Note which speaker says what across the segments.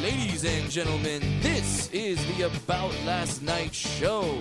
Speaker 1: Ladies and gentlemen, this is the About Last Night show.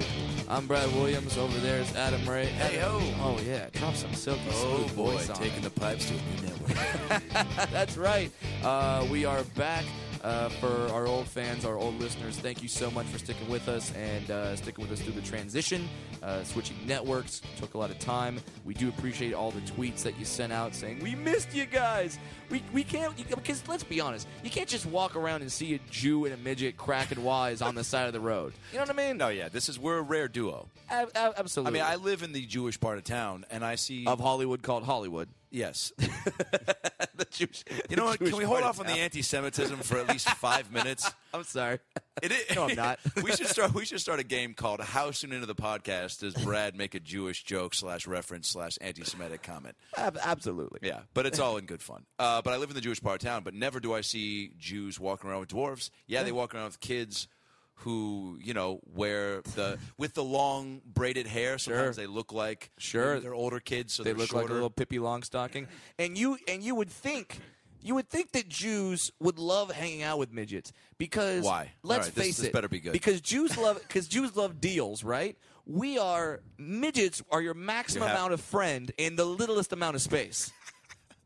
Speaker 1: I'm Brad Williams. Over there is Adam Ray. Hey
Speaker 2: ho.
Speaker 1: Oh yeah, drop some silky smooth voice on
Speaker 2: Oh, taking
Speaker 1: it.
Speaker 2: the pipes to a new network.
Speaker 1: That's right. Uh, we are back uh, for our old fans, our old listeners. Thank you so much for sticking with us and uh, sticking with us through the transition. Uh, switching networks took a lot of time. We do appreciate all the tweets that you sent out saying we missed you guys. We we can't you- because let's be honest, you can't just walk around and see a Jew and a midget cracking wise on the side of the road. You know what I mean?
Speaker 3: No, yeah, this is we're a rare duo.
Speaker 1: Ab- ab-
Speaker 3: I
Speaker 1: absolutely.
Speaker 3: mean, I live in the Jewish part of town, and I see.
Speaker 1: of Hollywood called Hollywood.
Speaker 3: yes,
Speaker 1: the Jewish.
Speaker 3: you know what? Can we hold off on the
Speaker 1: end?
Speaker 3: anti-Semitism for at least five minutes?
Speaker 1: I'm sorry.
Speaker 3: It is,
Speaker 1: No, I'm not.
Speaker 3: we should start. We should start a game called "How soon into the podcast does Brad make a Jewish joke slash reference slash anti-Semitic comment?"
Speaker 1: Ab- absolutely.
Speaker 3: Yeah, but it's all in good fun. Uh, but I live in the Jewish part of town, but never do I see Jews walking around with dwarves. Yeah, they walk around with kids who, you know, wear the with the long braided hair. Sometimes they look like
Speaker 1: Sure.
Speaker 3: maybe they're older kids, so
Speaker 1: they
Speaker 3: are
Speaker 1: look like a little Pippi Longstocking. And you and you would think you would think that Jews would love hanging out with midgets because
Speaker 3: Why?
Speaker 1: Let's
Speaker 3: All right, this-
Speaker 1: face
Speaker 3: this
Speaker 1: it.
Speaker 3: better be good.
Speaker 1: Because Jews love because Jews love deals, right? We are midgets are your maximum
Speaker 3: You have-
Speaker 1: amount of friend in the littlest amount of space.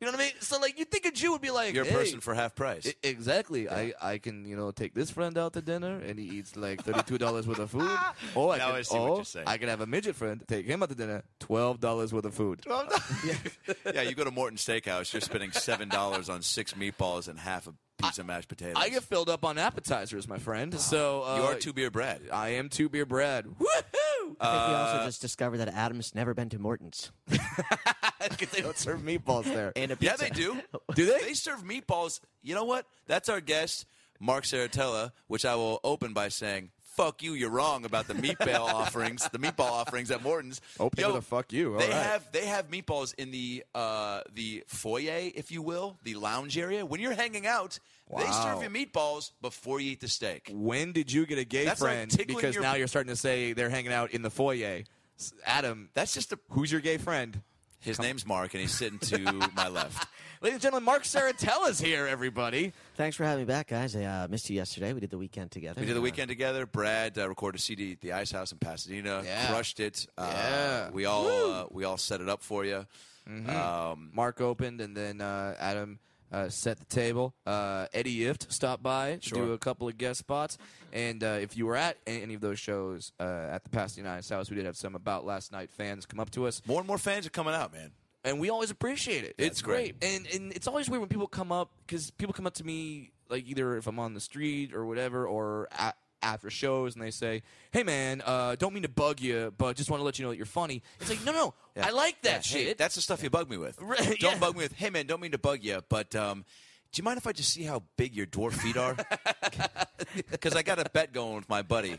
Speaker 1: you know what I mean? So like you think a Jew would be like
Speaker 3: You're a
Speaker 1: "Hey,
Speaker 3: person for half price.
Speaker 1: I- Exactly. I, I can you know take this friend out to dinner and he eats like thirty two dollars worth of food. Oh, I
Speaker 3: Now
Speaker 1: can,
Speaker 3: I see
Speaker 1: oh,
Speaker 3: what you're saying.
Speaker 1: I can have a midget friend take him out to dinner twelve dollars worth of food.
Speaker 3: yeah, you go to Morton Steakhouse, you're spending seven dollars on six meatballs and half a piece of mashed potatoes.
Speaker 1: I get filled up on appetizers, my friend. So uh,
Speaker 3: you are two beer Brad.
Speaker 1: I am two beer bread. Woohoo!
Speaker 4: I think we
Speaker 3: Uh,
Speaker 4: also just discovered that Adam's never been to Morton's.
Speaker 1: 'Cause they don't serve meatballs there.
Speaker 4: And a
Speaker 3: Yeah,
Speaker 4: pizza.
Speaker 3: they do.
Speaker 1: Do they?
Speaker 3: They serve meatballs. You know what? That's our guest, Mark Saratella, which I will open by saying, "Fuck you, you're wrong about the meatball offerings. The meatball offerings at Morton's.
Speaker 1: Open
Speaker 3: Yo,
Speaker 1: with a fuck you. All
Speaker 3: they
Speaker 1: right.
Speaker 3: have they have meatballs in the uh, the foyer, if you will, the lounge area. When you're hanging out, they
Speaker 1: Wow.
Speaker 3: serve you meatballs before you eat the steak.
Speaker 1: when did you get a gay
Speaker 3: That's like
Speaker 1: friend?
Speaker 3: tickling
Speaker 1: because
Speaker 3: your-
Speaker 1: now you're starting to say they're hanging out in the foyer. S- Adam,
Speaker 3: That's just a.
Speaker 1: who's your gay friend?
Speaker 3: His name's Mark, and he's sitting to my left.
Speaker 1: Ladies and gentlemen, Mark Saratella's here, everybody.
Speaker 4: Thanks for having me back, guys. I uh, missed you yesterday. We did the weekend together.
Speaker 3: We did the
Speaker 4: Uh,
Speaker 3: weekend together. Brad uh, recorded a CD at the Ice House in Pasadena.
Speaker 1: Yeah.
Speaker 3: Crushed it. Uh,
Speaker 1: Yeah.
Speaker 3: We all uh, we all set it up for you. Um,
Speaker 1: Mark opened, and then uh, Adam uh, set the table. Uh, Eddie Ift stopped by to
Speaker 3: Sure.
Speaker 1: do a couple of guest spots. And uh, if you were at a- any of those shows uh, at the Pasadena Ice House, we did have some About Last Night fans come up to us,
Speaker 3: more and more fans are coming out, man.
Speaker 1: and we always appreciate it.
Speaker 3: Yeah,
Speaker 1: it's
Speaker 3: it's
Speaker 1: great.
Speaker 3: great.
Speaker 1: And, and it's always weird when people come up, because people come up to me, like either if I'm on the street or whatever, or a after shows, and they say, Hey, man, uh, don't mean to bug you, but just want to let you know that you're funny. It's like, no, no, I like that
Speaker 3: Yeah, hey,
Speaker 1: shit.
Speaker 3: that's the stuff you bug me with.
Speaker 1: Right,
Speaker 3: Don't
Speaker 1: yeah.
Speaker 3: bug me with. Hey, man, don't mean to bug you, but um, do you mind if I just see how big your dwarf feet are? Because I got a bet going with my buddy.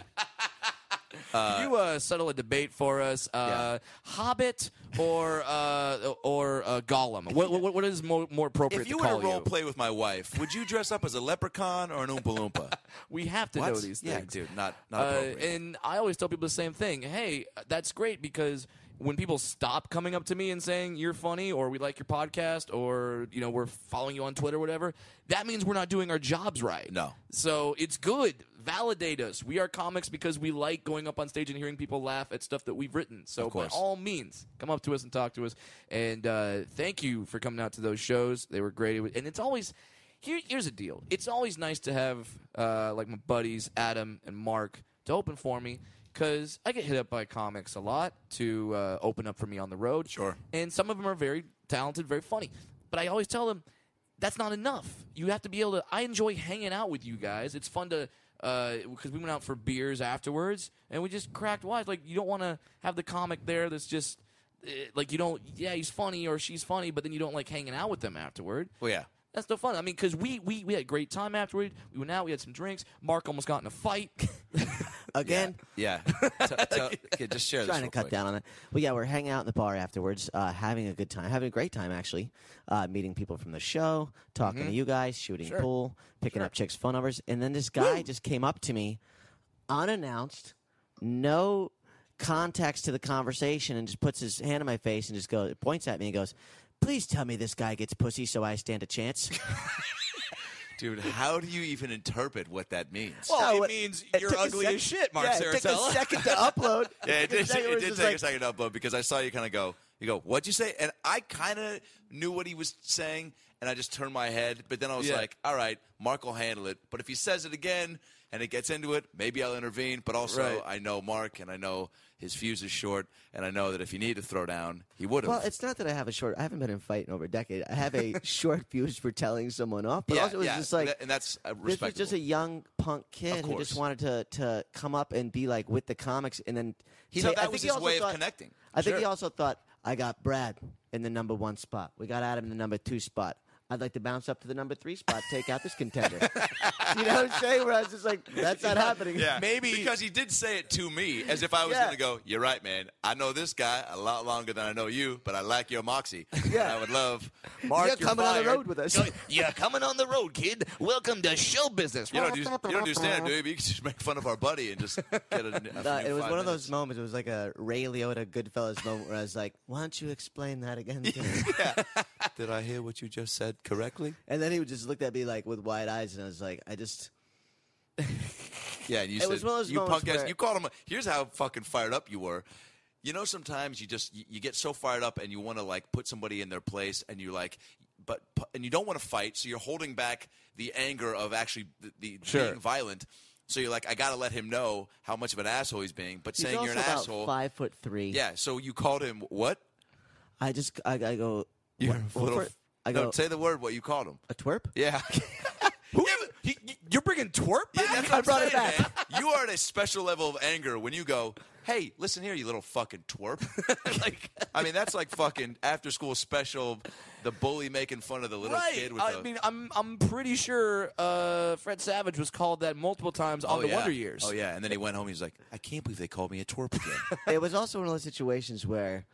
Speaker 1: Can you uh, settle a debate for us? Uh, Hobbit or uh, or uh, Gollum? What, what, what is more, more appropriate
Speaker 3: If you
Speaker 1: to
Speaker 3: were to
Speaker 1: call
Speaker 3: role
Speaker 1: you?
Speaker 3: play with my wife, would you dress up as a leprechaun or an oompa loompa?
Speaker 1: we have to
Speaker 3: What?
Speaker 1: know these
Speaker 3: yeah,
Speaker 1: things,
Speaker 3: dude, not not
Speaker 1: Uh,
Speaker 3: appropriate.
Speaker 1: and I always tell people the same thing. Hey, that's great because when people stop coming up to me and saying you're funny or we like your podcast or you know we're following you on Twitter or whatever, that means we're not doing our jobs right.
Speaker 3: No.
Speaker 1: So it's good. Validate us. We are comics because we like going up on stage and hearing people laugh at stuff that we've written. So
Speaker 3: Of
Speaker 1: by
Speaker 3: course.
Speaker 1: all means, come up to us and talk to us. And uh, thank you for coming out to those shows. They were great. It was- And it's always here. Here's a deal. It's always nice to have uh, like my buddies Adam and Mark to open for me. Because I get hit up by comics a lot to uh, open up for me on the road.
Speaker 3: Sure.
Speaker 1: And some of them are very talented, very funny. But I always tell them, that's not enough. You have to be able to. I enjoy hanging out with you guys. It's fun to because we went out for beers afterwards and we just cracked wise. Like you don't want to have the comic there that's just eh, like you don't. Yeah, he's funny or she's funny, but then you don't like hanging out with them afterward.
Speaker 3: well, yeah.
Speaker 1: That's no fun. I mean, because we, we we had a great time afterward. We went out. We had some drinks. Mark almost got in a fight.
Speaker 4: Again,
Speaker 3: Yeah. T- t- okay, just share this.
Speaker 4: trying to
Speaker 3: real
Speaker 4: cut
Speaker 3: quick.
Speaker 4: down on it. Well, yeah, we're hanging out in the bar afterwards, uh, having a good time, having a great time actually, uh, meeting people from the show, talking
Speaker 3: Mm-hmm.
Speaker 4: to you guys, shooting pool, picking up chicks' phone numbers, and then this guy just came up to me, unannounced, no context to the conversation, and just puts his hand in my face and just goes, points at me and goes. Please tell me this guy gets pussy so I stand a chance.
Speaker 3: Dude, how do you even interpret what that means?
Speaker 1: well,
Speaker 4: No,
Speaker 1: it
Speaker 4: it-
Speaker 1: means
Speaker 4: it
Speaker 1: you're
Speaker 4: took a
Speaker 1: ugly
Speaker 4: sec-
Speaker 1: as shit, Mark
Speaker 4: yeah, it took a
Speaker 1: Saratella.
Speaker 4: second to upload.
Speaker 3: Yeah, it did,
Speaker 4: Second
Speaker 3: it
Speaker 4: was
Speaker 3: did
Speaker 4: just
Speaker 3: take
Speaker 4: like-
Speaker 3: a second to upload because I saw you kind of go, you go, what'd you say? And I kind of knew what he was saying, and I just turned my head. But then I was
Speaker 1: Yeah.
Speaker 3: like, all right, Mark will handle it. But if he says it again and it gets into it, maybe I'll intervene. But also,
Speaker 1: Right.
Speaker 3: I know Mark, and I know his fuse is short, and I know that if he needed to throw down, he would have.
Speaker 4: Well, it's not that I have a short. I haven't been in a fight in over a decade. I have a short fuse for telling someone off, but
Speaker 3: yeah,
Speaker 4: also it was
Speaker 3: yeah,
Speaker 4: just like
Speaker 3: and that- and that's uh,
Speaker 4: this was
Speaker 3: respectable.
Speaker 4: just a young punk kid who
Speaker 3: course.
Speaker 4: just wanted to to come up and be like with the comics, and then
Speaker 3: He
Speaker 4: ta-
Speaker 3: thought
Speaker 4: I
Speaker 3: that
Speaker 4: think
Speaker 3: was
Speaker 4: he
Speaker 3: his
Speaker 4: also
Speaker 3: way
Speaker 4: thought-
Speaker 3: of connecting.
Speaker 4: I think
Speaker 3: Sure.
Speaker 4: he also thought I got Brad in the number one spot. We got Adam in the number two spot. I'd like to bounce up to the number three spot, take out this contender. you know what I'm saying? Where I was just like, that's not happening.
Speaker 3: Yeah,
Speaker 1: Maybe-
Speaker 3: because he did say it to me as if I was
Speaker 4: Yeah.
Speaker 3: going to go. You're right, man. I know this guy a lot longer than I know you, but I like your moxie. Yeah, I would love Mark.
Speaker 4: You're coming on the
Speaker 3: fired.
Speaker 4: road with us.
Speaker 1: yeah, coming on the road, kid. Welcome to show business.
Speaker 3: You don't do you don't do stand up, dude. You can just make fun of our buddy and just get a. a few
Speaker 4: Uh, it was
Speaker 3: five
Speaker 4: one of
Speaker 3: minutes.
Speaker 4: those moments. It was like a Ray Liotta Goodfellas moment where I was like, "Why don't you explain that again?" To me?
Speaker 3: Did I hear what you just said correctly?
Speaker 4: And then he would just looked at me like with wide eyes, and I was like, "I just
Speaker 3: Yeah, and you
Speaker 4: It
Speaker 3: said
Speaker 4: was one of those
Speaker 3: you
Speaker 4: moments
Speaker 3: punk ass.
Speaker 4: where-
Speaker 3: You called him. a- Here's how fucking fired up you were. You know, sometimes you just you, you get so fired up and you want to like put somebody in their place, and you like, but and you don't want to fight, so you're holding back the anger of actually the, the
Speaker 1: Sure.
Speaker 3: being violent. So you're like, I gotta let him know how much of an asshole he's being, but
Speaker 4: he's
Speaker 3: saying
Speaker 4: also
Speaker 3: you're an
Speaker 4: about
Speaker 3: asshole.
Speaker 4: five foot three.
Speaker 3: Yeah. So you called him what?
Speaker 4: I just I, I go.
Speaker 3: You're
Speaker 4: what-
Speaker 3: a
Speaker 4: well,
Speaker 3: little.
Speaker 4: fir- I
Speaker 3: no,
Speaker 4: go
Speaker 3: say the word. What you called him?
Speaker 4: a twerp.
Speaker 3: Yeah.
Speaker 1: Who, he, you're bringing twerp
Speaker 3: Yeah,
Speaker 1: back?
Speaker 3: that's what
Speaker 4: I brought
Speaker 3: I'm
Speaker 4: it
Speaker 3: saying,
Speaker 4: back.
Speaker 3: man. You are at a special level of anger when you go, "Hey, listen here, you little fucking twerp." like, I mean, that's like fucking after school special, the bully making fun of the little
Speaker 1: right.
Speaker 3: kid with
Speaker 1: I
Speaker 4: Uh,
Speaker 3: the.
Speaker 1: mean, I'm I'm pretty sure uh, Fred Savage was called that multiple times on
Speaker 3: oh,
Speaker 1: the
Speaker 3: yeah.
Speaker 1: Wonder Years.
Speaker 3: Oh yeah, and then he went home. He's like, "I can't believe they called me a twerp again."
Speaker 4: it was also one of those situations where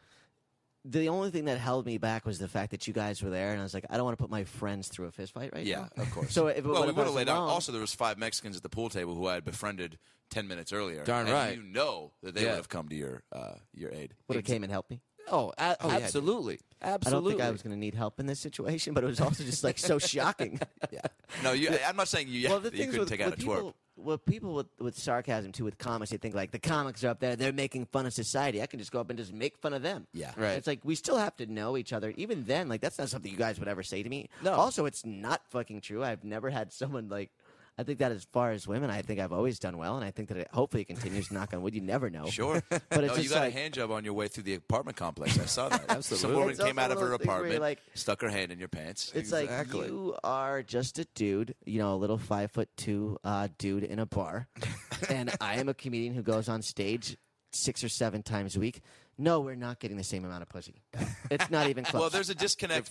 Speaker 4: the only thing that held me back was the fact that you guys were there, and I was like, I don't want to put my friends through a fist fight right
Speaker 3: yeah,
Speaker 4: now.
Speaker 3: of course.
Speaker 4: So if it,
Speaker 3: well,
Speaker 4: what
Speaker 3: we would
Speaker 4: if I
Speaker 3: have
Speaker 4: was
Speaker 3: laid out.
Speaker 4: alone?
Speaker 3: Also, there was five Mexicans at the pool table who I had befriended ten minutes earlier.
Speaker 1: Darn
Speaker 3: and
Speaker 1: right.
Speaker 3: You know that they
Speaker 1: Yeah.
Speaker 3: would have come to your uh, your aid.
Speaker 4: would have came and helped me.
Speaker 1: Oh, a-
Speaker 3: yeah, dude.
Speaker 1: absolutely.
Speaker 4: I don't
Speaker 1: Absolutely.
Speaker 4: think I was going to need help in this situation, but it was also just like so shocking.
Speaker 3: No, you, I'm not saying you.
Speaker 4: well, the
Speaker 3: that you
Speaker 4: thing is
Speaker 3: couldn't
Speaker 4: with,
Speaker 3: take out
Speaker 4: with
Speaker 3: a twerp.
Speaker 4: people, with people with, with sarcasm too, with comics, they think like the comics are up there; they're making fun of society. I can just go up and just make fun of them.
Speaker 3: Yeah.
Speaker 1: Right.
Speaker 4: It's like we still have to know each other. Even then, like that's not something you guys would ever say to me.
Speaker 1: No.
Speaker 4: Also, it's not fucking true. I've never had someone like. I think that as far as women, I think I've always done well, and I think that it hopefully continues. knock on wood, you never know.
Speaker 3: Sure, but
Speaker 4: it's
Speaker 3: no, you
Speaker 4: just
Speaker 3: got
Speaker 4: like-
Speaker 3: a hand job on your way through the apartment complex. I saw that. Absolutely, some woman
Speaker 4: It's
Speaker 3: came
Speaker 4: also
Speaker 3: out of
Speaker 4: one
Speaker 3: her
Speaker 4: of those things where
Speaker 3: apartment,
Speaker 4: you're like-
Speaker 3: stuck her hand in your pants.
Speaker 4: It's
Speaker 1: Exactly.
Speaker 4: like you are just a dude, you know, a little five foot two uh, dude in a bar, and I am a comedian who goes on stage six or seven times a week. No, we're not getting the same amount of pussy. It's not even close.
Speaker 3: well, there's a disconnect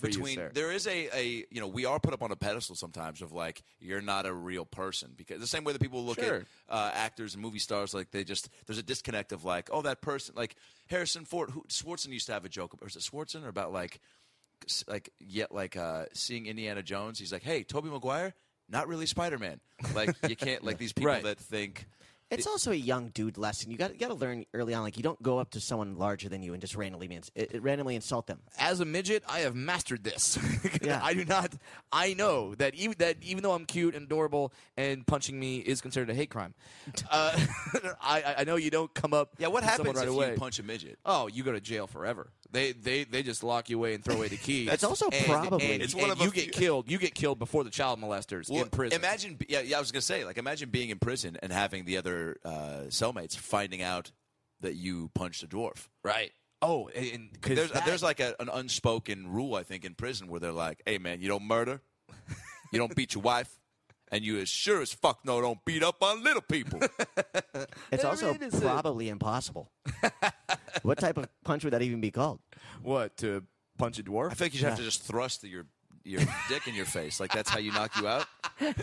Speaker 1: Good for you,
Speaker 3: between
Speaker 1: sir.
Speaker 3: there is a, a you know we are put up on a pedestal sometimes of like you're not a real person because the same way that people look
Speaker 1: Sure.
Speaker 3: at uh, actors and movie stars like they just there's a disconnect of like oh that person like Harrison Ford who Swartzen used to have a joke or is it Swartzen or about like s- like yet like uh, seeing Indiana Jones he's like hey Toby Maguire not really Spider Man like you can't like these people
Speaker 1: Right.
Speaker 3: that think
Speaker 4: it's also a young dude lesson. You got you got to learn early on. Like you don't go up to someone larger than you and just randomly ins- it, it randomly insult them.
Speaker 1: as a midget, I have mastered this.
Speaker 4: Yeah.
Speaker 1: I do not. I know that even that even though I'm cute and adorable, and punching me is considered a hate crime. Uh, I I- I know you don't come up.
Speaker 3: yeah what
Speaker 1: to someone
Speaker 3: happens
Speaker 1: right
Speaker 3: if
Speaker 1: away?
Speaker 3: you punch a midget
Speaker 1: Oh, you go to jail forever. They they they just lock you away and throw away the key.
Speaker 4: That's also
Speaker 1: and,
Speaker 4: probably-
Speaker 1: and,
Speaker 3: It's one
Speaker 1: and
Speaker 3: of a
Speaker 1: you get
Speaker 3: few-
Speaker 1: killed. You get killed before the child molesters
Speaker 3: Well,
Speaker 1: in prison.
Speaker 3: Imagine, yeah, yeah, I was gonna say, like, imagine being in prison and having the other uh, cellmates finding out that you punched a dwarf.
Speaker 1: right? Oh, and because
Speaker 3: There's there's like a, an unspoken rule I think in prison where they're like, "Hey, man, you don't murder, you don't beat your wife, and you as sure as fuck no don't beat up on little people."
Speaker 4: It's
Speaker 1: There
Speaker 4: also
Speaker 1: it is.
Speaker 4: probably impossible. what type of punch would that even be called?
Speaker 1: what to punch a dwarf.
Speaker 3: I think you have to just thrust your your dick in your face. Like that's how you knock you out.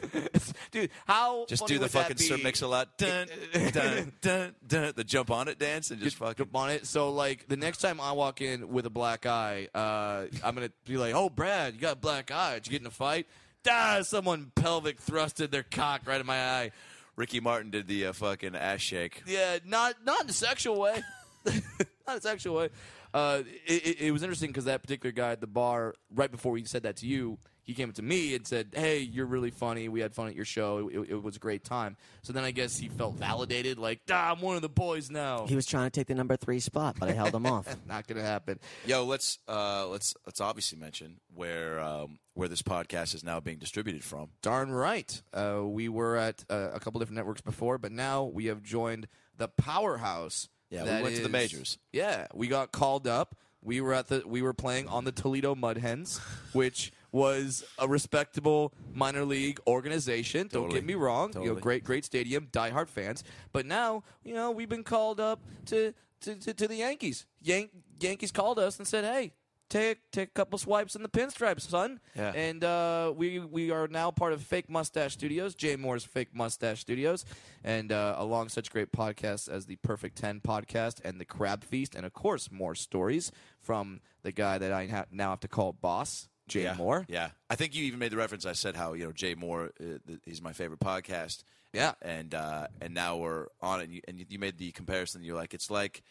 Speaker 1: dude. How
Speaker 3: Just
Speaker 1: funny
Speaker 3: do the
Speaker 1: would that
Speaker 3: fucking Sir
Speaker 1: be?
Speaker 3: Mix a Lot, dun, dun, dun, dun, the jump on it dance, and just fucking.
Speaker 1: Jump on it. So like the next time I walk in with a black eye, uh, I'm gonna be like, "Oh, Brad, you got a black eye? Did you get in a fight?" Ah, someone pelvic thrusted their cock right in my eye.
Speaker 3: Ricky Martin did the uh, fucking ass shake.
Speaker 1: Yeah, not not in a sexual way. not in a sexual way. Uh, it, it, it was interesting because that particular guy at the bar, right before he said that to you, he came up to me and said, "Hey, you're really funny. We had fun at your show. It, it, it was a great time." So then I guess he felt validated, like, "Ah, I'm one of the boys now."
Speaker 4: He was trying to take the number three spot, but I held him off.
Speaker 1: not gonna happen.
Speaker 3: Yo, let's uh, let's let's obviously mention where um, where this podcast is now being distributed from.
Speaker 1: Darn right. Uh, we were at uh, a couple different networks before, but now we have joined the powerhouse.
Speaker 3: Yeah, we
Speaker 1: that
Speaker 3: went to the
Speaker 1: is-
Speaker 3: majors.
Speaker 1: Yeah, we got called up. We were at the we were playing on the Toledo Mud Hens, which was a respectable minor league organization. Don't
Speaker 3: Totally.
Speaker 1: get me wrong, you know,
Speaker 3: Totally.
Speaker 1: great great stadium, diehard fans. But now, you know, we've been called up to to, to, to the Yankees. Yan- Yankees called us and said, "Hey, take take a couple swipes in the pinstripes, son."
Speaker 3: Yeah.
Speaker 1: And uh, we we are now part of Fake Mustache Studios, Jay Moore's Fake Mustache Studios, and uh, along such great podcasts as the Perfect Ten podcast and the Crab Feast, and of course more stories from the guy that I ha- now have to call boss, Jay
Speaker 3: yeah.
Speaker 1: Moore.
Speaker 3: Yeah, I think you even made the reference. I said how you know Jay Moore, uh, th- he's my favorite podcast.
Speaker 1: Yeah.
Speaker 3: and uh, and now we're on it. And you, and you- you made the comparison. You're like, it's like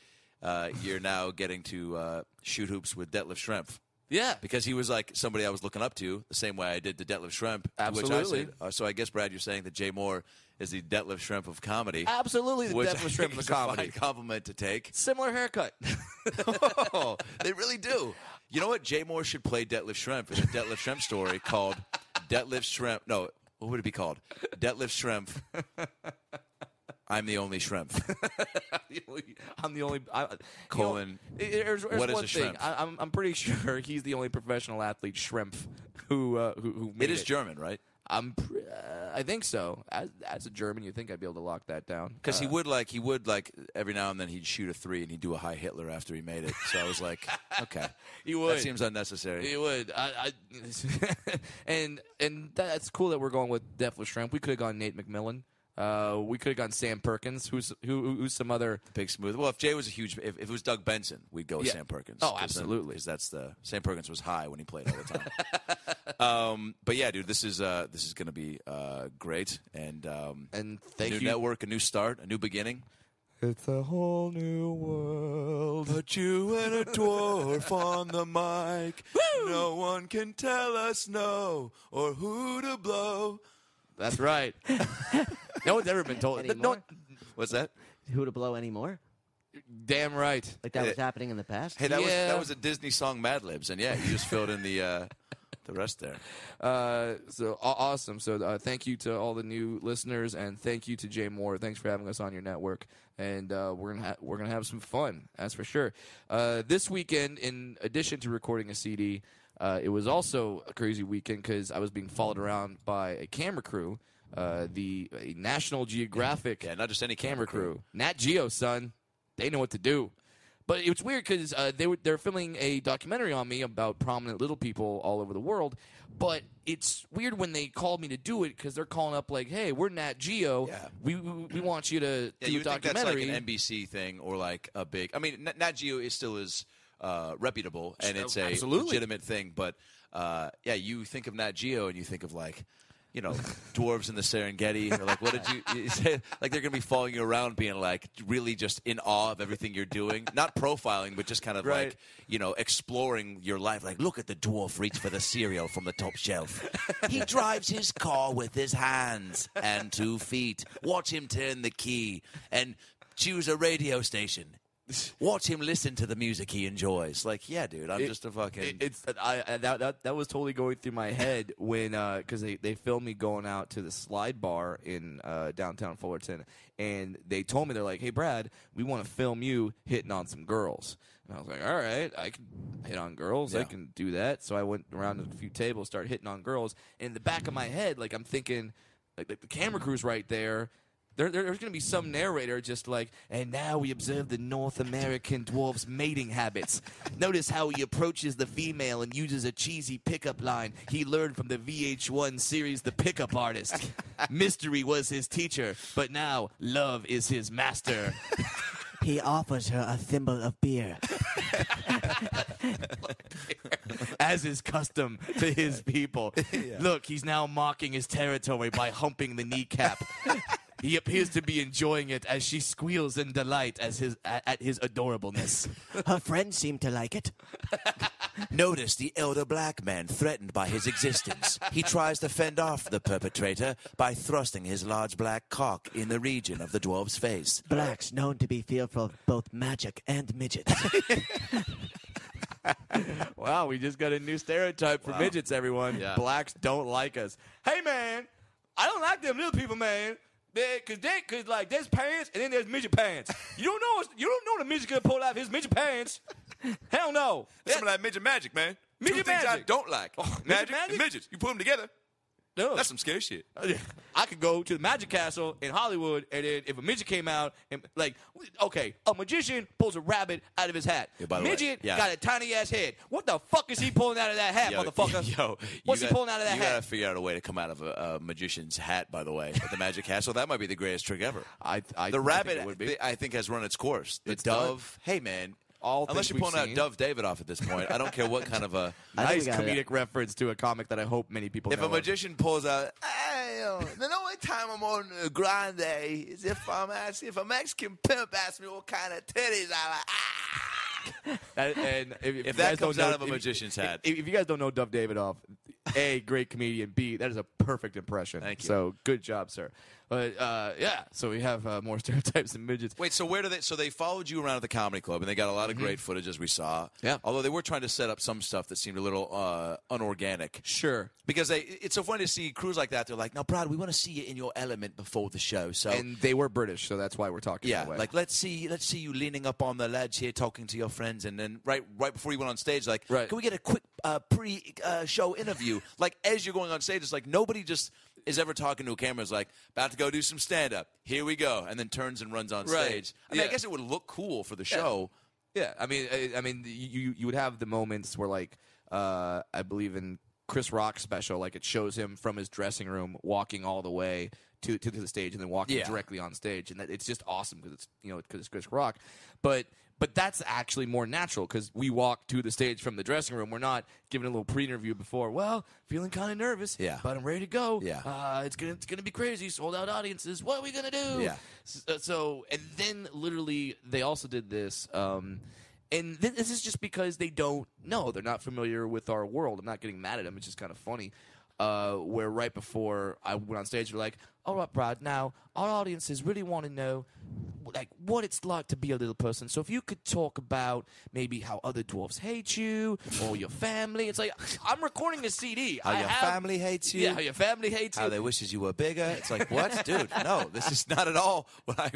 Speaker 3: uh, you're now getting to uh, shoot hoops with Detlef Schrempf
Speaker 1: Yeah.
Speaker 3: because he was like somebody I was looking up to the same way I did to Detlef Schrempf. to which I
Speaker 1: Absolutely.
Speaker 3: said- uh, so I guess Brad, you're saying that Jay Moore is the Detlef Schrempf of comedy.
Speaker 1: Absolutely, the
Speaker 3: which
Speaker 1: Death
Speaker 3: I
Speaker 1: of Shrimp
Speaker 3: think
Speaker 1: of
Speaker 3: is
Speaker 1: the comedy.
Speaker 3: A fine compliment to take.
Speaker 1: Similar haircut.
Speaker 3: oh, they really do. You know what? Jay Moore should play Detlef Shrimp in a Detlef Shrimp story called Detlef Shrimp. No, what would it be called? Detlef Shrimp. I'm the only shrimp.
Speaker 1: I'm the only I, you know,
Speaker 3: Colon,
Speaker 1: it- there's, there's
Speaker 3: what is
Speaker 1: one
Speaker 3: a
Speaker 1: thing.
Speaker 3: shrimp?
Speaker 1: I, I'm, I'm pretty sure he's the only professional athlete shrimp who uh, who, who made
Speaker 3: It is German, right?
Speaker 1: I'm pr- uh, I think so. As, as a German, you think I'd be able to lock that down?
Speaker 3: Because he
Speaker 1: Uh,
Speaker 3: would like he would like every now and then he'd shoot a three and he'd do a high Hitler after he made it. So I was like, okay,
Speaker 1: he would.
Speaker 3: that seems unnecessary.
Speaker 1: he would. I, I and and that's cool that we're going with Deathless Shrimp. We could have gone Nate McMillan. Uh, we could have gone Sam Perkins, who's who, who's some other
Speaker 3: Big smooth. Well, if Jay was a huge, if, if it was Doug Benson, we'd go with
Speaker 1: Yeah.
Speaker 3: Sam Perkins.
Speaker 1: Oh, absolutely.
Speaker 3: because that's the Sam Perkins was high when he played all the time. um, but yeah, dude, this is uh, this is going to be uh, great, and um,
Speaker 1: and
Speaker 3: a
Speaker 1: thank
Speaker 3: new
Speaker 1: you.
Speaker 3: network, a new start, a new beginning.
Speaker 1: It's a whole new world.
Speaker 3: But you and a dwarf on the mic. No one can tell us no or who to blow.
Speaker 1: That's right. no one's ever been told. No,
Speaker 4: Anymore?
Speaker 3: What's that?
Speaker 4: Who to blow anymore?
Speaker 1: damn right.
Speaker 4: Like that was
Speaker 3: Eh,
Speaker 4: happening in the past.
Speaker 3: Hey, that was
Speaker 1: Yeah.
Speaker 3: that was a Disney song, Mad Libs, and yeah, you just filled in the uh, the rest there.
Speaker 1: Uh, so aw- awesome. So uh, thank you to all the new listeners, and thank you to Jay Moore. Thanks for having us on your network, and uh, we're gonna ha- we're gonna have some fun. That's for sure. Uh, this weekend, in addition to recording a CD, uh, it was also a crazy weekend because I was being followed around by a camera crew, uh, the a National Geographic
Speaker 3: Yeah, not just any
Speaker 1: camera crew. Nat Geo, son, they know what to do. But it was weird because uh, they were they're filming a documentary on me about prominent little people all over the world. But it's weird when they called me to do it because they're calling up like, "Hey, we're Nat Geo.
Speaker 3: Yeah.
Speaker 1: We, we we want you to
Speaker 3: Yeah,
Speaker 1: do
Speaker 3: you
Speaker 1: a
Speaker 3: would think that's
Speaker 1: documentary."
Speaker 3: like an NBC thing or like a big. I mean, N- Nat Geo is still is uh, reputable and it's a
Speaker 1: Absolutely.
Speaker 3: legitimate thing, but uh, yeah, you think of Nat Geo and you think of like. You know, dwarves in the Serengeti. Or like, what did you, you say? Like, they're going to be following you around, being like, really just in awe of everything you're doing. Not profiling, but just kind of
Speaker 1: Right.
Speaker 3: like, you know, exploring your life. Like, look at the dwarf reach for the cereal from the top shelf. He drives his car with his hands and two feet. Watch him turn the key and choose a radio station. Watch him listen to the music he enjoys. Like, yeah, dude, I'm
Speaker 1: It-
Speaker 3: just a fucking.
Speaker 1: It- it's I, I that, that that was totally going through my head when because they they filmed me going out to the slide bar in uh, downtown Fullerton, and they told me they're like, "Hey, Brad, we want to film you hitting on some girls." And I was like, "All right, I can hit on girls. I
Speaker 3: Yeah.
Speaker 1: can do that." So I went around to a few tables, started hitting on girls. And in the back of my head, like I'm thinking, like, like the camera crew's right there. there, there- there's going to be some narrator just like, and now we observe the North American dwarf's mating habits. Notice how he approaches the female and uses a cheesy pickup line he learned from the VH1 series The Pickup Artist. Mystery was his teacher, but now love is his master.
Speaker 4: He offers her a thimble of beer.
Speaker 1: as is custom to his people. Look, he's now mocking his territory by humping the kneecap. he appears to be enjoying it as she squeals in delight as his, at, at his adorableness.
Speaker 4: Her friends seem to like it.
Speaker 2: Notice the elder black man threatened by his existence. he tries to fend off the perpetrator by thrusting his large black cock in the region of the dwarf's face.
Speaker 4: Blacks known to be fearful of both magic and midgets.
Speaker 1: wow, we just got a new stereotype for midgets, everyone.
Speaker 3: Yeah.
Speaker 1: Blacks don't like us. Hey, man, I don't like them little people, man. They, cause they, cause like there's pants and then there's midget pants. You don't know, what's- you don't know the midget could pull out of his midget pants. Hell no.
Speaker 3: Some of that midget magic, man.
Speaker 1: Midget
Speaker 3: Two things I
Speaker 1: magic.
Speaker 3: don't like.
Speaker 1: Oh, midget
Speaker 3: magic, and
Speaker 1: magic?
Speaker 3: midgets. You put them together.
Speaker 1: No.
Speaker 3: That's some scary shit.
Speaker 1: I could go to the Magic Castle in Hollywood, and then if a midget came out, and like, okay, a magician pulls a rabbit out of his hat.
Speaker 3: Yeah, by the way,
Speaker 1: midget
Speaker 3: yeah.
Speaker 1: got a tiny ass head. What the fuck is he pulling out of that hat, motherfucker?
Speaker 3: Yo, you
Speaker 1: what's he
Speaker 3: got-
Speaker 1: pulling out of that
Speaker 3: you
Speaker 1: hat?
Speaker 3: gotta figure out a way to come out of a, a magician's hat. By the way, at the magic castle, that might be the greatest trick ever.
Speaker 1: I- I-
Speaker 3: the
Speaker 1: I
Speaker 3: rabbit,
Speaker 1: think it would be.
Speaker 3: thi- I think, has run its course. The
Speaker 1: It's
Speaker 3: dove. Hey, man.
Speaker 1: All
Speaker 3: unless
Speaker 1: things
Speaker 3: you're
Speaker 1: we've
Speaker 3: pulling
Speaker 1: seen.
Speaker 3: out Dove David off at this point, I don't care what kind of a.
Speaker 4: I think we
Speaker 1: nice
Speaker 4: got it.
Speaker 1: comedic reference to a comic that I hope many people.
Speaker 3: If
Speaker 1: know
Speaker 3: a
Speaker 1: of.
Speaker 3: magician pulls out, hey, uh, the only time I'm on uh, grande is if I'm asked, if a Mexican pimp asks me what kind of titties I like. Ah!
Speaker 1: That- and if, if you
Speaker 3: that
Speaker 1: guys don't
Speaker 3: comes
Speaker 1: know-
Speaker 3: out of a
Speaker 1: if-
Speaker 3: magician's
Speaker 1: if-
Speaker 3: hat.
Speaker 1: if, if you guys don't know Dove Davidoff, a great comedian, b that is a perfect impression.
Speaker 3: Thank you.
Speaker 1: So good job, sir. But uh, yeah, so we have uh, more stereotypes than midgets.
Speaker 3: Wait, so where do they? So they followed you around at the comedy club, and they got a lot of great footage as we saw.
Speaker 1: Yeah.
Speaker 3: Although they were trying to set up some stuff that seemed a little uh, unorganic.
Speaker 1: Sure.
Speaker 3: Because they, it's so funny to see crews like that. They're like, "Now, Brad, we want to see you in your element before the show." So,
Speaker 1: and they were British, so that's why we're talking.
Speaker 3: Oh. yeah,
Speaker 1: that way.
Speaker 3: like let's see, let's see you leaning up on the ledge here, talking to your friends, and then right, right before you went on stage, like,
Speaker 1: Right.
Speaker 3: can we get a quick uh, pre-show interview? like as you're going on stage, it's like nobody just is ever talking to a camera. Is like about to go do some stand-up. Here we go, and then turns and runs on
Speaker 1: Right.
Speaker 3: stage. I mean, I
Speaker 1: Yeah.
Speaker 3: guess it would look cool for the show.
Speaker 1: yeah, I mean, I, I mean, you you would have the moments where like uh, I believe in Chris Rock's special, like it shows him from his dressing room walking all the way to to the stage and then walking
Speaker 3: Yeah.
Speaker 1: directly on stage, and that, it's just awesome because it's you know because it's Chris Rock, but. But that's actually more natural because we walk to the stage from the dressing room. We're not giving a little pre-interview before. Well, feeling kind of nervous,
Speaker 3: Yeah.
Speaker 1: but I'm ready to go.
Speaker 3: Yeah.
Speaker 1: uh, it's gonna it's gonna be crazy. Sold out audiences. What are we gonna do?
Speaker 3: Yeah.
Speaker 1: S- uh, So, and then literally they also did this. Um, and th- this is just because they don't know. They're not familiar with our world. I'm not getting mad at them. It's just kind of funny. Uh, where right before I went on stage, they're like, all right, Brad, now our audiences really want to know like what it's like to be a little person. So if you could talk about maybe how other dwarfs hate you or your family. It's like, I'm recording a CD.
Speaker 3: How
Speaker 1: I
Speaker 3: your
Speaker 1: have-
Speaker 3: family hates you.
Speaker 1: Yeah, how your family hates
Speaker 3: how
Speaker 1: you.
Speaker 3: they wishes you were bigger. It's like, what, dude? No, this is not at all what I.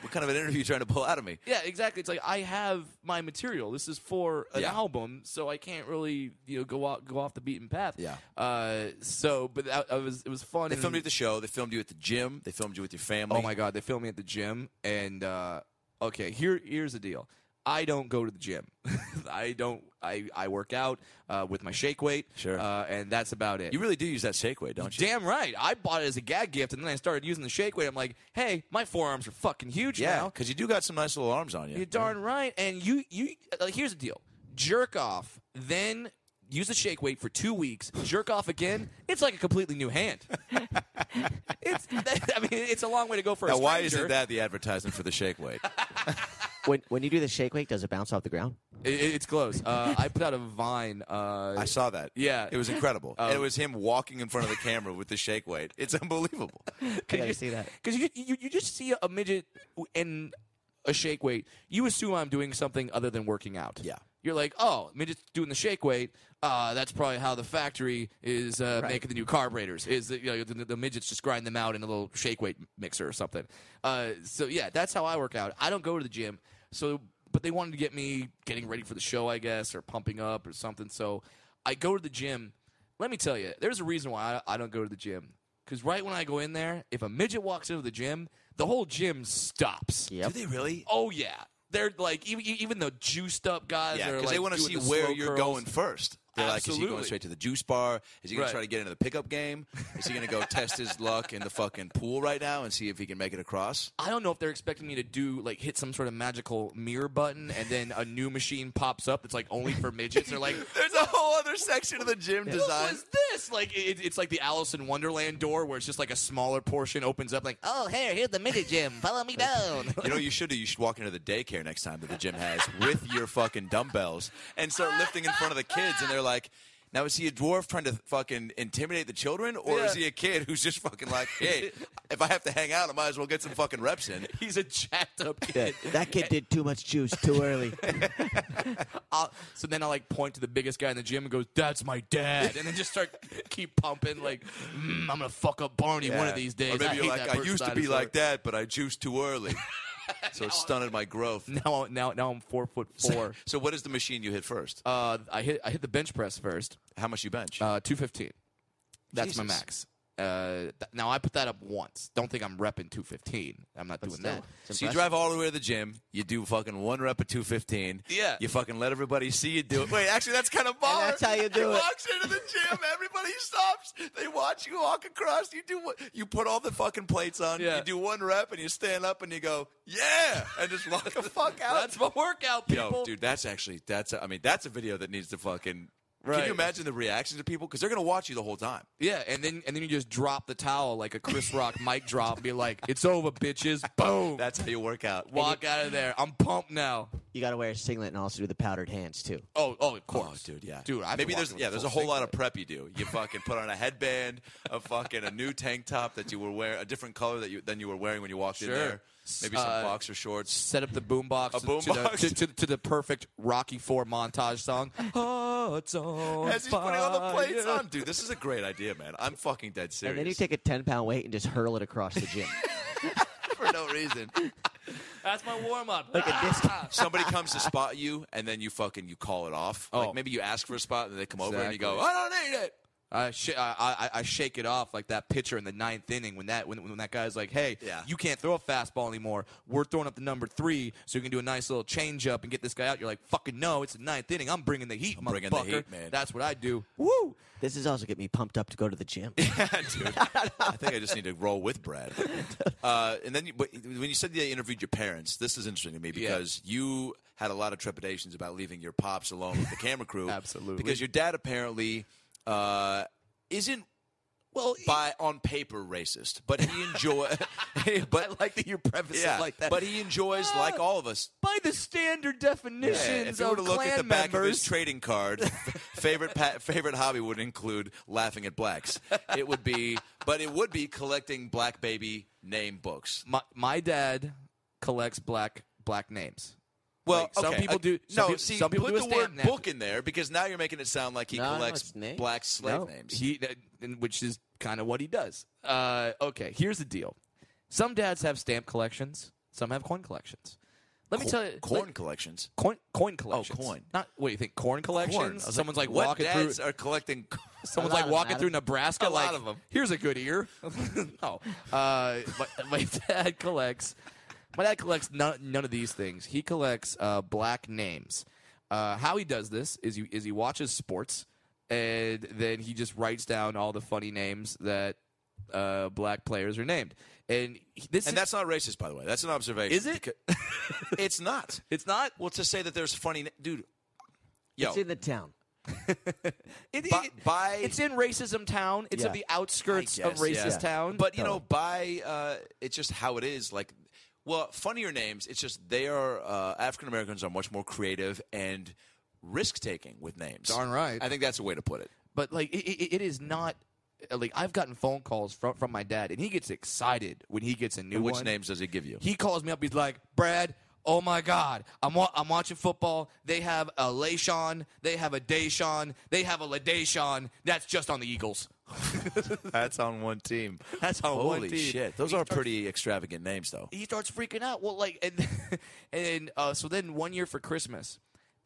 Speaker 3: What kind of an interview you trying to pull out of me?
Speaker 1: Yeah, exactly. It's like I have my material. This is for an
Speaker 3: Yeah.
Speaker 1: album, so I can't really you know go out go off the beaten path.
Speaker 3: Yeah.
Speaker 1: Uh, so, but that, I was it was fun.
Speaker 3: They
Speaker 1: and-
Speaker 3: filmed you at the show. They filmed you at the gym. They filmed you with your family.
Speaker 1: oh my god, they filmed me at the gym, and uh, okay, here here's the deal. I don't go to the gym. I don't. I, I work out uh, with my shake weight.
Speaker 3: Sure.
Speaker 1: Uh, and that's about it.
Speaker 3: You really do use that shake weight, don't you?
Speaker 1: Damn right. I bought it as a gag gift, and then I started using the shake weight. I'm like, hey, my forearms are fucking huge
Speaker 3: Yeah,
Speaker 1: now.
Speaker 3: because you do got some nice little arms on you.
Speaker 1: You're darn right. And you, you, uh, here's the deal: jerk off, then use a shake weight for two weeks. Jerk off again. It's like a completely new hand. it's, I mean, it's a long way to go for a
Speaker 3: now,
Speaker 1: stranger.
Speaker 3: why isn't that the advertisement for the shake weight?
Speaker 4: when when you do the shake wake, does it bounce off the ground?
Speaker 1: I- I- it's close. Uh, I put out a vine. Uh,
Speaker 3: I saw that.
Speaker 1: Yeah.
Speaker 3: it was incredible.
Speaker 1: Um,
Speaker 3: and it was him walking in front of the camera with the shake weight. It's unbelievable.
Speaker 4: I gotta see that.
Speaker 1: Because you, you you just see a midget w- in a shake weight, you assume I'm doing something other than working out.
Speaker 3: Yeah.
Speaker 1: You're like, oh, midget's doing the shake weight. Uh, that's probably how the factory is uh, making the new carburetors. Is that, you know, the, the midgets just grind them out in a little shake weight mixer or something. Uh, so yeah, that's how I work out. I don't go to the gym. So, but they wanted to get me getting ready for the show, I guess, or pumping up or something. So I go to the gym. Let me tell you, there's a reason why I, I don't go to the gym. Because right when I go in there, if a midget walks into the gym, the whole gym stops.
Speaker 4: Yep.
Speaker 3: Do they really?
Speaker 1: Oh yeah, they're like even e, even the juiced up guys.
Speaker 3: yeah,
Speaker 1: because
Speaker 3: because they want to see where you're going first. They're like, is he
Speaker 1: Absolutely.
Speaker 3: going straight to the juice bar? Is he going
Speaker 1: Right.
Speaker 3: to try to get into the pickup game? Is he going to go test his luck in the fucking pool right now and see if he can make it across?
Speaker 1: I don't know if they're expecting me to do like hit some sort of magical mirror button and then a new machine pops up that's like only for midgets. They're like,
Speaker 3: There's a whole other section of the gym
Speaker 1: what was this? Like it, it's like the Alice in Wonderland door where it's just like a smaller portion opens up. Like oh here here's the midget gym. Follow me down.
Speaker 3: You know, what you should do. You should walk into the daycare next time that the gym has with your fucking dumbbells and start lifting in front of the kids. And they're like, "Now is he a dwarf trying to fucking intimidate the children, or is
Speaker 1: Yeah.
Speaker 3: he a kid who's just fucking like, hey, if I have to hang out, I might as well get some fucking reps in."
Speaker 1: He's a jacked up
Speaker 4: Yeah,
Speaker 1: kid.
Speaker 4: that kid did too much juice too early.
Speaker 1: I'll, so then I like point to the biggest guy in the gym and goes, "That's my dad," and then just start keep pumping like, mm, "I'm gonna fuck up Barney one of
Speaker 3: Yeah.
Speaker 1: these days."
Speaker 3: Or maybe
Speaker 1: I
Speaker 3: you're
Speaker 1: hate
Speaker 3: like,
Speaker 1: that
Speaker 3: I
Speaker 1: person
Speaker 3: used to be
Speaker 1: dinosaur."
Speaker 3: like that, but I juiced too early, so it stunted my growth.
Speaker 1: Now, now, now I'm four foot four.
Speaker 3: So what is the machine you hit first?
Speaker 1: uh, I hit I hit the bench press first,
Speaker 3: How much you bench?
Speaker 1: uh, two fifteen. That's my
Speaker 3: Jesus.
Speaker 1: max. Uh, th- now I put that up once. Don't think I'm repping two fifteen. I'm not doing that.
Speaker 4: It's
Speaker 3: so you
Speaker 4: impressive.
Speaker 3: drive all the way to the gym. You do fucking one rep at 215.
Speaker 1: Yeah.
Speaker 3: You fucking let everybody see you do it. Wait, actually, that's kind of baller.
Speaker 4: that's how you do
Speaker 3: he
Speaker 4: it.
Speaker 3: walks into the gym. Everybody stops. They watch you walk across. You do. what- You put all the fucking plates on.
Speaker 1: Yeah.
Speaker 3: You do one rep and you stand up and you go, yeah, and just walk the fuck out.
Speaker 1: That's my workout, people.
Speaker 3: Yo, dude, that's actually that's. A, I mean, that's a video that needs to fucking. Can
Speaker 1: Right.
Speaker 3: you imagine the reactions of people? Because they're gonna watch you the whole time.
Speaker 1: Yeah, and then and then you just drop the towel like a Chris Rock mic drop. And be like, "It's over, bitches!" Boom.
Speaker 3: That's how you work out.
Speaker 1: Walk out of there. I'm pumped now.
Speaker 4: You got to wear a singlet and also do the powdered hands too.
Speaker 1: Oh, oh, of
Speaker 3: Oh,
Speaker 1: course,
Speaker 3: dude, yeah,
Speaker 1: dude. I've been
Speaker 3: Maybe there's
Speaker 1: walking with
Speaker 3: yeah, there's a
Speaker 1: full
Speaker 3: whole lot
Speaker 1: singlet.
Speaker 3: of prep you do. You fucking put on a headband, a fucking a new tank top that you were wearing, a different color that you than you were wearing when you walked
Speaker 1: Sure.
Speaker 3: in there. Maybe some
Speaker 1: Uh,
Speaker 3: boxer shorts.
Speaker 1: set up the boombox to,
Speaker 3: A
Speaker 1: to,
Speaker 3: boombox.
Speaker 1: the- to, to, to the perfect Rocky Four montage song. Oh, it's on
Speaker 3: As he's putting all the plates
Speaker 1: fire.
Speaker 3: on, dude, this is a great idea, man. I'm fucking dead serious.
Speaker 4: And then you take a ten pound weight and just hurl it across the gym.
Speaker 3: for no reason.
Speaker 1: That's my warm up.
Speaker 4: like a disc.
Speaker 3: Somebody comes to spot you, and then you fucking you call it off.
Speaker 1: Oh.
Speaker 3: Like maybe you ask for a spot, and then they come over and you go,
Speaker 1: Exactly.
Speaker 3: "I don't need it."
Speaker 1: I, sh- I, I I shake it off like that pitcher in the ninth inning when that when, when that guy's like, hey,
Speaker 3: Yeah.
Speaker 1: you can't throw a fastball anymore. We're throwing up the number three, so you can do a nice little change up and get this guy out. You're like, fucking no, it's the ninth inning. I'm bringing the heat,
Speaker 3: I'm
Speaker 1: motherfucker.
Speaker 3: bringing the heat, man.
Speaker 1: That's what I do. Woo!
Speaker 4: This is also getting me pumped up to go to the gym.
Speaker 3: Dude, I think I just need to roll with Brad. Uh, and then, you, but when you said that you interviewed your parents, this is interesting to me because you had a lot of trepidations about leaving your pops alone with the camera crew.
Speaker 1: Absolutely.
Speaker 3: because your dad apparently uh, isn't
Speaker 1: Well,
Speaker 3: by on paper racist, but he enjoy. but
Speaker 1: I like that you preface
Speaker 3: yeah,
Speaker 1: it like that. Uh,
Speaker 3: but he enjoys like all of us.
Speaker 1: by the standard
Speaker 3: Yeah,
Speaker 1: definitions
Speaker 3: if you were to look at the back of his trading card, favorite pa- favorite hobby would include laughing at blacks. It would be, but it would be collecting black baby name books.
Speaker 1: my, my dad collects black black names.
Speaker 3: Well,
Speaker 1: Like, some
Speaker 3: okay.
Speaker 1: people
Speaker 3: Uh,
Speaker 1: do- some
Speaker 3: no,
Speaker 1: peop-
Speaker 3: see,
Speaker 1: some people
Speaker 3: put
Speaker 1: do a
Speaker 3: the word
Speaker 1: stamp now.
Speaker 3: book in there because now you're making it sound like he
Speaker 4: No, no,
Speaker 3: collects
Speaker 4: it's names.
Speaker 3: black slave
Speaker 4: No,
Speaker 3: names.
Speaker 1: He, that- and which is kind of what he does. Uh, okay, here's the deal. Some dads have stamp collections. Some have coin collections. Let me
Speaker 3: Co-
Speaker 1: tell you,
Speaker 3: corn
Speaker 1: let-
Speaker 3: collections.
Speaker 1: coin, coin collections.
Speaker 3: coin.
Speaker 1: Not what do you think? Corn collections.
Speaker 3: Corn. I was
Speaker 1: Someone's like,
Speaker 3: what
Speaker 1: walking
Speaker 3: dads
Speaker 1: through.
Speaker 3: are collecting.
Speaker 1: Someone's
Speaker 4: A lot
Speaker 1: like
Speaker 4: of 'em,
Speaker 1: walking
Speaker 4: Adam.
Speaker 1: through Nebraska.
Speaker 3: A lot
Speaker 1: like,
Speaker 3: of 'em.
Speaker 1: Here's a good ear. no, uh, my, my dad collects. My dad collects none, none of these things. He collects uh, black names. Uh, how he does this is he is he watches sports and then he just writes down all the funny names that uh, black players are named. And he- this
Speaker 3: and
Speaker 1: is,
Speaker 3: that's not racist, by the way. That's an observation.
Speaker 1: is it.
Speaker 3: Beca- it's not.
Speaker 1: it's not.
Speaker 3: Well, to say that there's funny, na- dude. Yo,
Speaker 4: It's in the town.
Speaker 1: It,
Speaker 3: By-
Speaker 1: it-
Speaker 3: by-
Speaker 1: it's in racism town. It's in
Speaker 4: Yeah.
Speaker 1: the outskirts of
Speaker 3: I guess,
Speaker 1: racist
Speaker 3: yeah.
Speaker 1: town.
Speaker 3: But you know, by uh, it's just how it is. Like, well, funnier names. It's just they are uh, African Americans are much more creative and risk taking with names.
Speaker 1: Darn right.
Speaker 3: I think that's a way to put it.
Speaker 1: but like it, it, it is not uh, like I've gotten phone calls from from my dad, and he gets excited when he gets a new
Speaker 3: Which
Speaker 1: one.
Speaker 3: names does it give you?
Speaker 1: He calls me up. He's like, Brad. Oh my God! I'm wa- I'm watching football. They have a Leishon. They have a Deshaun. They have a Ladeshon. That's just on the Eagles.
Speaker 3: That's on one team.
Speaker 1: That's on
Speaker 3: Holy
Speaker 1: one team.
Speaker 3: shit. Those are pretty extravagant names, though.
Speaker 1: he starts freaking out. Well, like, and and uh, so then one year for Christmas,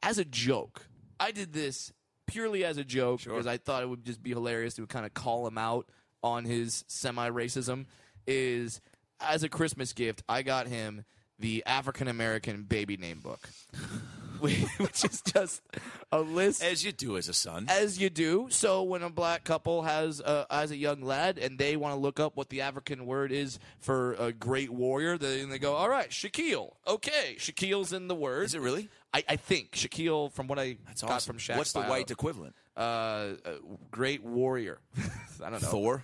Speaker 1: as a joke, I did this purely as a joke because I thought it would just be hilarious to kind of call him out on his semi racism is as a Christmas gift, I got him the African American baby name book, which is just a list
Speaker 3: As you do as a son.
Speaker 1: as you do. So when a black couple has uh, as a young lad and they want to look up what the African word is for a great warrior, then they go, "All right, Shaquille. Okay, Shaquille's in the word.
Speaker 3: Is it really?
Speaker 1: I, I think Shaquille, from what I
Speaker 3: That's
Speaker 1: got from
Speaker 3: awesome.
Speaker 1: Shaq.
Speaker 3: What's the
Speaker 1: bio,
Speaker 3: white equivalent?
Speaker 1: uh, uh, great warrior? I don't know.
Speaker 3: Thor.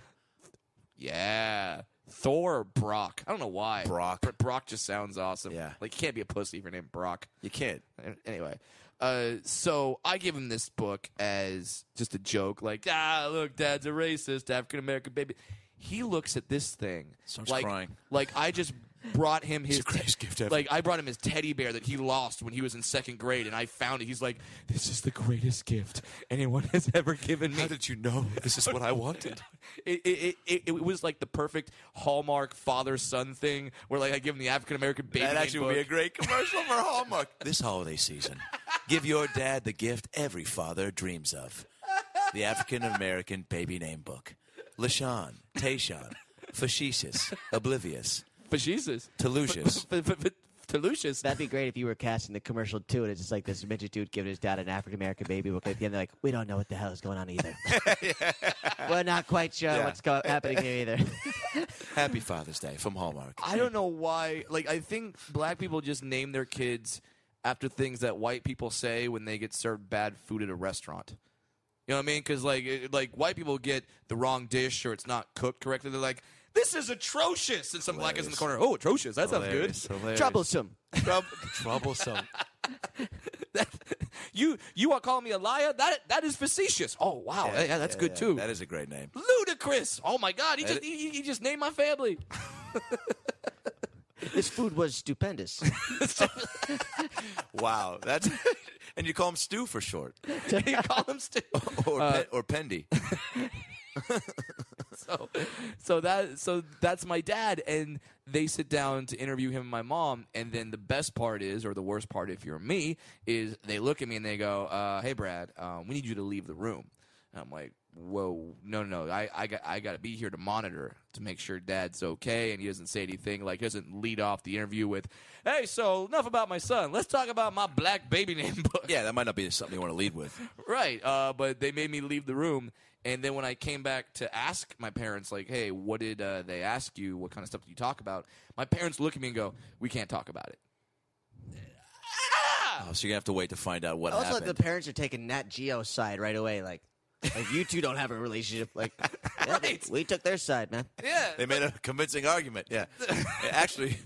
Speaker 1: Yeah. Thor or Brock. I don't know why.
Speaker 3: Brock.
Speaker 1: But Brock just sounds awesome.
Speaker 3: Yeah.
Speaker 1: Like, you can't be a pussy if you're named Brock.
Speaker 3: You can't.
Speaker 1: An- Anyway. Uh, so I give him this book as just a joke. Like, ah, look, dad's a racist, African American baby. He looks at this thing.
Speaker 3: Starts
Speaker 1: like,
Speaker 3: crying.
Speaker 1: Like, I just brought him his.
Speaker 3: the greatest gift ever.
Speaker 1: Like, I brought him his teddy bear that he lost when he was in second grade, and I found it. He's like, this is the greatest gift anyone has ever given me
Speaker 3: How did you know this is what I wanted?
Speaker 1: it, it, it, it was like the perfect hallmark father son thing where like I give him the African American baby.
Speaker 3: That
Speaker 1: name
Speaker 3: actually would be a
Speaker 1: book.
Speaker 3: great commercial for Hallmark. this holiday season, give your dad the gift every father dreams of the African American baby name book. LaShawn, Tayshawn, Facetious, Oblivious,
Speaker 1: for Jesus.
Speaker 3: Telucious.
Speaker 1: For, for, for, to Lucius.
Speaker 4: That'd be great if you were casting the commercial too, and it's just like this midget dude giving his dad an African American baby book. At the end, they're like, "We don't know what the hell is going on either. We're not quite sure
Speaker 3: Yeah.
Speaker 4: what's go- happening here either."
Speaker 3: Happy Father's Day from Hallmark.
Speaker 1: I don't know why. Like I think black people just name their kids after things that white people say when they get served bad food at a restaurant. You know what I mean? Because like it, like white people get the wrong dish or it's not cooked correctly. They're like, "This is atrocious," and some black is in the corner. Oh, atrocious! That sounds good.
Speaker 4: Troublesome.
Speaker 3: Troublesome.
Speaker 1: You you are calling me a liar? That that is facetious. Oh wow, yeah, yeah, that's good too.
Speaker 3: That is a great name.
Speaker 1: ludicrous. Oh my god, he just he, he- he just named my family.
Speaker 4: This food was stupendous.
Speaker 3: Wow. That's and you call him Stu for short, Uh,
Speaker 1: you call him Stu.
Speaker 3: or Pe- or Pendy.
Speaker 1: So, so that so that's my dad, and they sit down to interview him and my mom. And then the best part is, or the worst part, if you're me, is they look at me and they go, uh, "Hey, Brad, uh, we need you to leave the room." And I'm like, "Whoa, no, no, no! I, I got I got to be here to monitor to make sure Dad's okay, and he doesn't say anything like doesn't lead off the interview with, "Hey, so enough about my son. Let's talk about my black baby name book."
Speaker 3: Yeah, that might not be something you want to lead with.
Speaker 1: Right. Uh, but they made me leave the room. And then when I came back to ask my parents, like, hey, what did uh, they ask you? What kind of stuff did you talk about? My parents look at me and go, we can't talk about it.
Speaker 3: Oh, so you're gonna have to wait to find out what
Speaker 4: I also
Speaker 3: happened.
Speaker 4: like the parents are taking Nat Geo's side right away. Like, like you two don't have a relationship. Like, yeah,
Speaker 1: Right.
Speaker 4: we took their side, man.
Speaker 1: Yeah.
Speaker 3: They made a convincing argument. Yeah. Actually,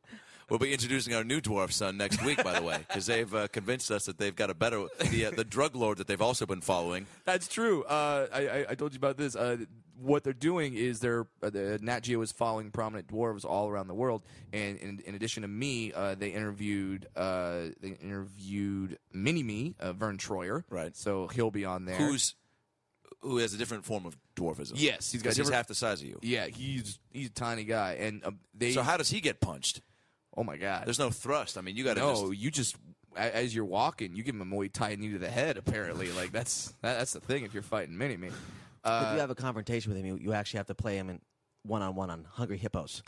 Speaker 3: we'll be introducing our new dwarf son next week, by the way, because they've uh, convinced us that they've got a better the uh, the drug lord that they've also been following.
Speaker 1: That's true. Uh, I, I, I told you about this. Uh, what they're doing is they're uh, the Nat Geo is following prominent dwarves all around the world, and in, in addition to me, uh, they interviewed uh, they interviewed Mini Me, uh, Vern Troyer.
Speaker 3: Right.
Speaker 1: So he'll be on there.
Speaker 3: Who's who has a different form of dwarfism?
Speaker 1: yes, he's got
Speaker 3: because he's
Speaker 1: different-
Speaker 3: half the size of you.
Speaker 1: Yeah, he's he's a tiny guy, and uh, they.
Speaker 3: So how does he get punched?
Speaker 1: oh my god!
Speaker 3: There's no thrust. I mean, you got to
Speaker 1: no, you just a- as you're walking, you give him a Muay Thai knee to the head. Apparently, like that's that, that's the thing if you're fighting mini me.
Speaker 4: if
Speaker 1: Uh,
Speaker 4: you have a confrontation with him, you, you actually have to play him in one on one on Hungry Hippos.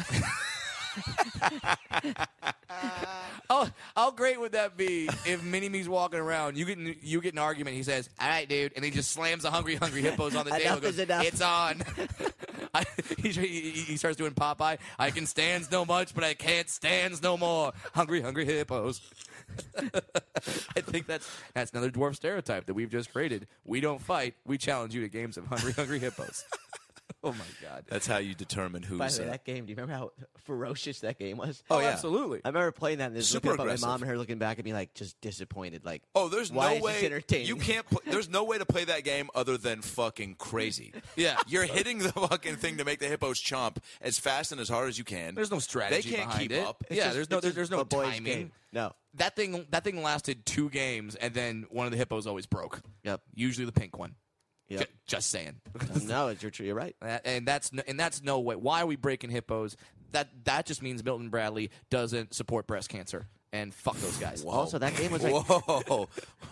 Speaker 1: oh, how great would that be if Mini Me's walking around? You get in, you get in an argument. He says, "All right, dude," and he just slams the hungry, hungry hippos on the
Speaker 4: Enough
Speaker 1: table. and
Speaker 4: is enough.
Speaker 1: It's on. I, he, he, he starts doing Popeye. I can stands no much, but I can't stands no more. Hungry, hungry hippos. I think that's that's another dwarf stereotype that we've just created. We don't fight. We challenge you to games of hungry, hungry hippos. oh my god!
Speaker 3: That's how you determine
Speaker 4: By
Speaker 3: who's.
Speaker 4: the way,
Speaker 3: Uh,
Speaker 4: that game. Do you remember how ferocious that game was?
Speaker 3: Oh, yeah.
Speaker 1: absolutely.
Speaker 4: I remember playing that and just
Speaker 3: Super
Speaker 4: looking up at my
Speaker 3: aggressive.
Speaker 4: mom and her looking back at me like just disappointed. Like,
Speaker 3: oh, there's
Speaker 4: why
Speaker 3: no
Speaker 4: is
Speaker 3: way
Speaker 4: This entertaining?
Speaker 3: you can't. Pl- there's no way to play that game other than fucking crazy.
Speaker 1: Yeah.
Speaker 3: You're hitting the fucking thing to make the hippos chomp as fast and as hard as you can.
Speaker 1: There's no strategy.
Speaker 3: They can't
Speaker 1: behind
Speaker 3: keep
Speaker 1: it.
Speaker 3: up.
Speaker 4: It's
Speaker 1: yeah,
Speaker 4: just-
Speaker 1: there's no
Speaker 4: it's
Speaker 1: there's, there's
Speaker 4: just
Speaker 1: no
Speaker 4: a boys'
Speaker 1: timing.
Speaker 4: game. No.
Speaker 1: That thing that thing lasted two games, and then one of the hippos always broke.
Speaker 4: Yep.
Speaker 1: Usually the pink one. Ju-
Speaker 4: Yep.
Speaker 1: just saying.
Speaker 4: no, it's your true. You're right.
Speaker 1: That- and that's no, and that's no way. Why are we breaking hippos? That that just means Milton Bradley doesn't support breast cancer, and fuck those guys.
Speaker 3: Whoa.
Speaker 4: Also, that game was like-
Speaker 3: Whoa.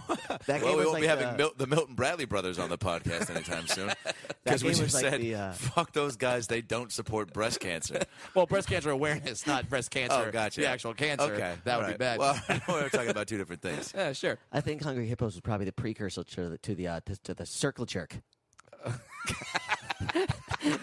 Speaker 4: That
Speaker 3: well,
Speaker 4: game
Speaker 3: we
Speaker 4: was
Speaker 3: won't
Speaker 4: like uh,
Speaker 3: be having
Speaker 4: the-
Speaker 3: Mil- the Milton Bradley brothers on the podcast anytime soon. Because
Speaker 4: game
Speaker 3: we
Speaker 4: was
Speaker 3: just
Speaker 4: like
Speaker 3: said,
Speaker 4: the, uh,
Speaker 3: fuck those guys, they don't support breast cancer.
Speaker 1: Well, breast cancer awareness, not breast cancer.
Speaker 3: oh, gotcha.
Speaker 1: The actual cancer.
Speaker 3: Okay.
Speaker 1: That would
Speaker 3: all
Speaker 1: be
Speaker 3: right.
Speaker 1: bad.
Speaker 3: Well, we're talking about two different things.
Speaker 1: yeah, sure.
Speaker 4: I think Hungry Hippos was probably the precursor to the to the uh, to, to the circle jerk.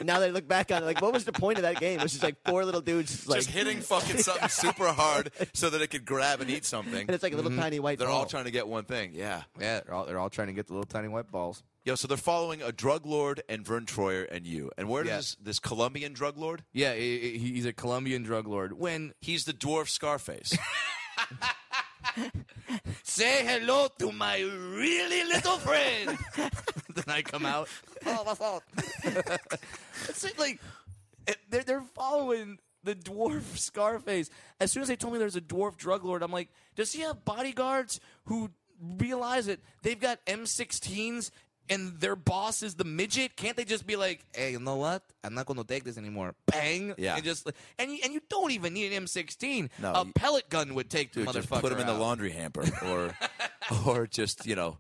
Speaker 4: now they look back on it like, what was the point of that game? It was just like four little dudes, just, like,
Speaker 3: just hitting fucking something super hard so that it could grab and eat something.
Speaker 4: and it's like a little tiny white.
Speaker 3: Mm-hmm. They're
Speaker 1: Oh.
Speaker 3: all
Speaker 4: ball.
Speaker 3: trying to get one thing. Yeah.
Speaker 1: Yeah, they're all, they're all trying to get the little tiny white balls.
Speaker 3: Yo, so they're following a drug lord and Vern Troyer and you. And where
Speaker 1: Yeah.
Speaker 3: does this Colombian drug lord?
Speaker 1: Yeah, he, he- he's a Colombian drug lord. When
Speaker 3: He's the dwarf Scarface.
Speaker 1: say hello to my really little friend, then I come out. Oh, what's up? it's like- like it- they're they're following the dwarf Scarface. As soon as they told me there's a dwarf drug lord, I'm like, does he have bodyguards who realize it? They've got M16s. And their boss is the midget. Can't they just be like, "Hey, you know what? I'm not going to take this anymore." Bang!
Speaker 3: Yeah.
Speaker 1: And just and you, and you don't even need an M16.
Speaker 3: No,
Speaker 1: a
Speaker 3: you-
Speaker 1: pellet gun would take the motherfucker.
Speaker 3: Dude,
Speaker 1: uh.
Speaker 3: just put him in the
Speaker 1: out.
Speaker 3: laundry hamper or or just, you know,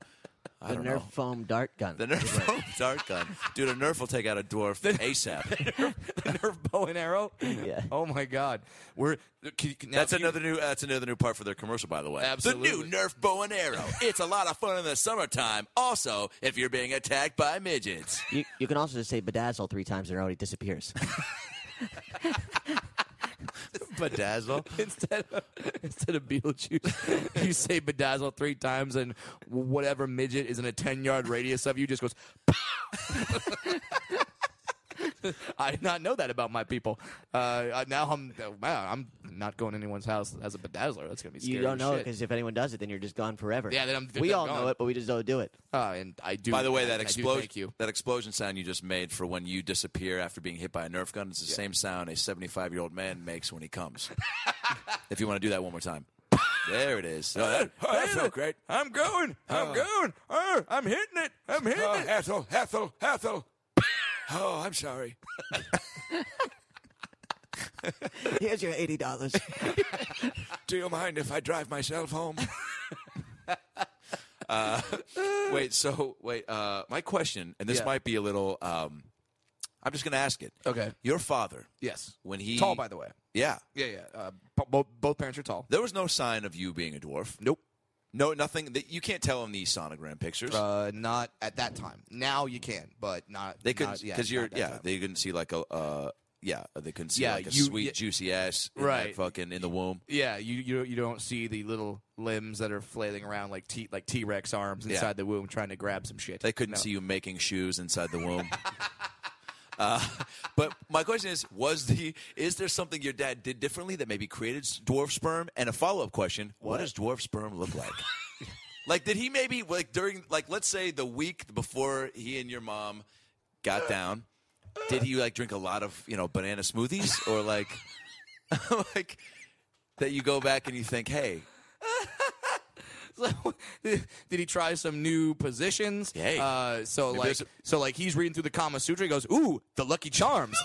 Speaker 3: I
Speaker 4: The
Speaker 3: don't
Speaker 4: Nerf
Speaker 3: know.
Speaker 4: foam dart gun.
Speaker 3: The Nerf dart gun. Dude, a Nerf will take out a dwarf ASAP.
Speaker 1: Nerf bow and arrow.
Speaker 4: Yeah.
Speaker 1: Oh my God. We're can, can, now
Speaker 3: That's
Speaker 1: if you-
Speaker 3: another new. That's another new part for their commercial, by the way. The
Speaker 1: Absolutely.
Speaker 3: new Nerf bow and arrow. It's a lot of fun in the summertime. Also, if you're being attacked by midgets.
Speaker 4: You, you can also just say bedazzle three times and it already disappears.
Speaker 3: Bedazzle.
Speaker 1: Instead of, instead of Beetlejuice, you say bedazzle three times, and whatever midget is in a 10 yard radius of you just goes, "Pow!" I did not know that about my people. Uh, Uh, now I'm uh, wow, I'm not going to anyone's house as a bedazzler. That's gonna be scary.
Speaker 4: you don't
Speaker 1: as
Speaker 4: know it
Speaker 1: shit.
Speaker 4: because if anyone does it, then you're just gone forever.
Speaker 1: Yeah, then I'm-
Speaker 4: we
Speaker 1: then I'm
Speaker 4: all know
Speaker 1: gone.
Speaker 4: it, but we just don't do it.
Speaker 1: Uh, and I do.
Speaker 3: By the way,
Speaker 1: I-
Speaker 3: that
Speaker 1: I do
Speaker 3: explosion
Speaker 1: Thank you.
Speaker 3: that explosion sound you just made for when you disappear after being hit by a Nerf gun, it's the same sound a 75 year old man makes when he comes. if you want to do that one more time, there it is. Oh, that, oh, that felt great.
Speaker 1: I'm going. I'm
Speaker 3: Uh.
Speaker 1: going. Oh, I'm hitting it. I'm hitting
Speaker 2: Oh, Ethel, Ethel, Ethel. Oh, I'm sorry.
Speaker 4: Here's your eighty dollars.
Speaker 2: Do you mind if I drive myself home?
Speaker 3: Uh, Wait, so wait. Uh, my question, and this
Speaker 1: Yeah.
Speaker 3: might be a little. Um, I'm just going to ask it.
Speaker 1: Okay.
Speaker 3: Your father,
Speaker 1: Yes.
Speaker 3: when he
Speaker 1: Tall, by the way.
Speaker 3: yeah,
Speaker 1: E Yeah, yeah. Uh, po- both both parents are tall.
Speaker 3: there was no sign of you being a dwarf.
Speaker 1: Nope.
Speaker 3: No, nothing. That you can't tell him these sonogram pictures.
Speaker 1: Uh, not at that time. Now you can, but not.
Speaker 3: They
Speaker 1: not-
Speaker 3: couldn't
Speaker 1: yeah,
Speaker 3: because you're
Speaker 1: not that
Speaker 3: yeah
Speaker 1: time.
Speaker 3: they couldn't see like a uh yeah they couldn't see
Speaker 1: Yeah,
Speaker 3: like a
Speaker 1: you-
Speaker 3: sweet
Speaker 1: yeah.
Speaker 3: juicy ass in
Speaker 1: Right.
Speaker 3: that fucking in the womb.
Speaker 1: yeah, you, you you don't see the little limbs that are flailing around like t like T Rex arms
Speaker 3: Yeah.
Speaker 1: inside the womb trying to grab some shit.
Speaker 3: They couldn't
Speaker 1: No.
Speaker 3: see you making shoes inside the womb. uh, but my question is was the is there something your dad did differently that maybe created s- dwarf sperm? And a follow up question: what? does dwarf sperm look like? like did he maybe like during like let's say the week before he and your mom got down? Did he like drink a lot of you know banana smoothies or like like that you go back and you think hey
Speaker 1: So, did he try some new positions?
Speaker 3: Hey.
Speaker 1: Uh, so
Speaker 3: Maybe
Speaker 1: like
Speaker 3: there's a-
Speaker 1: so like he's reading through the Kama Sutra. He goes, "Ooh, the Lucky Charms."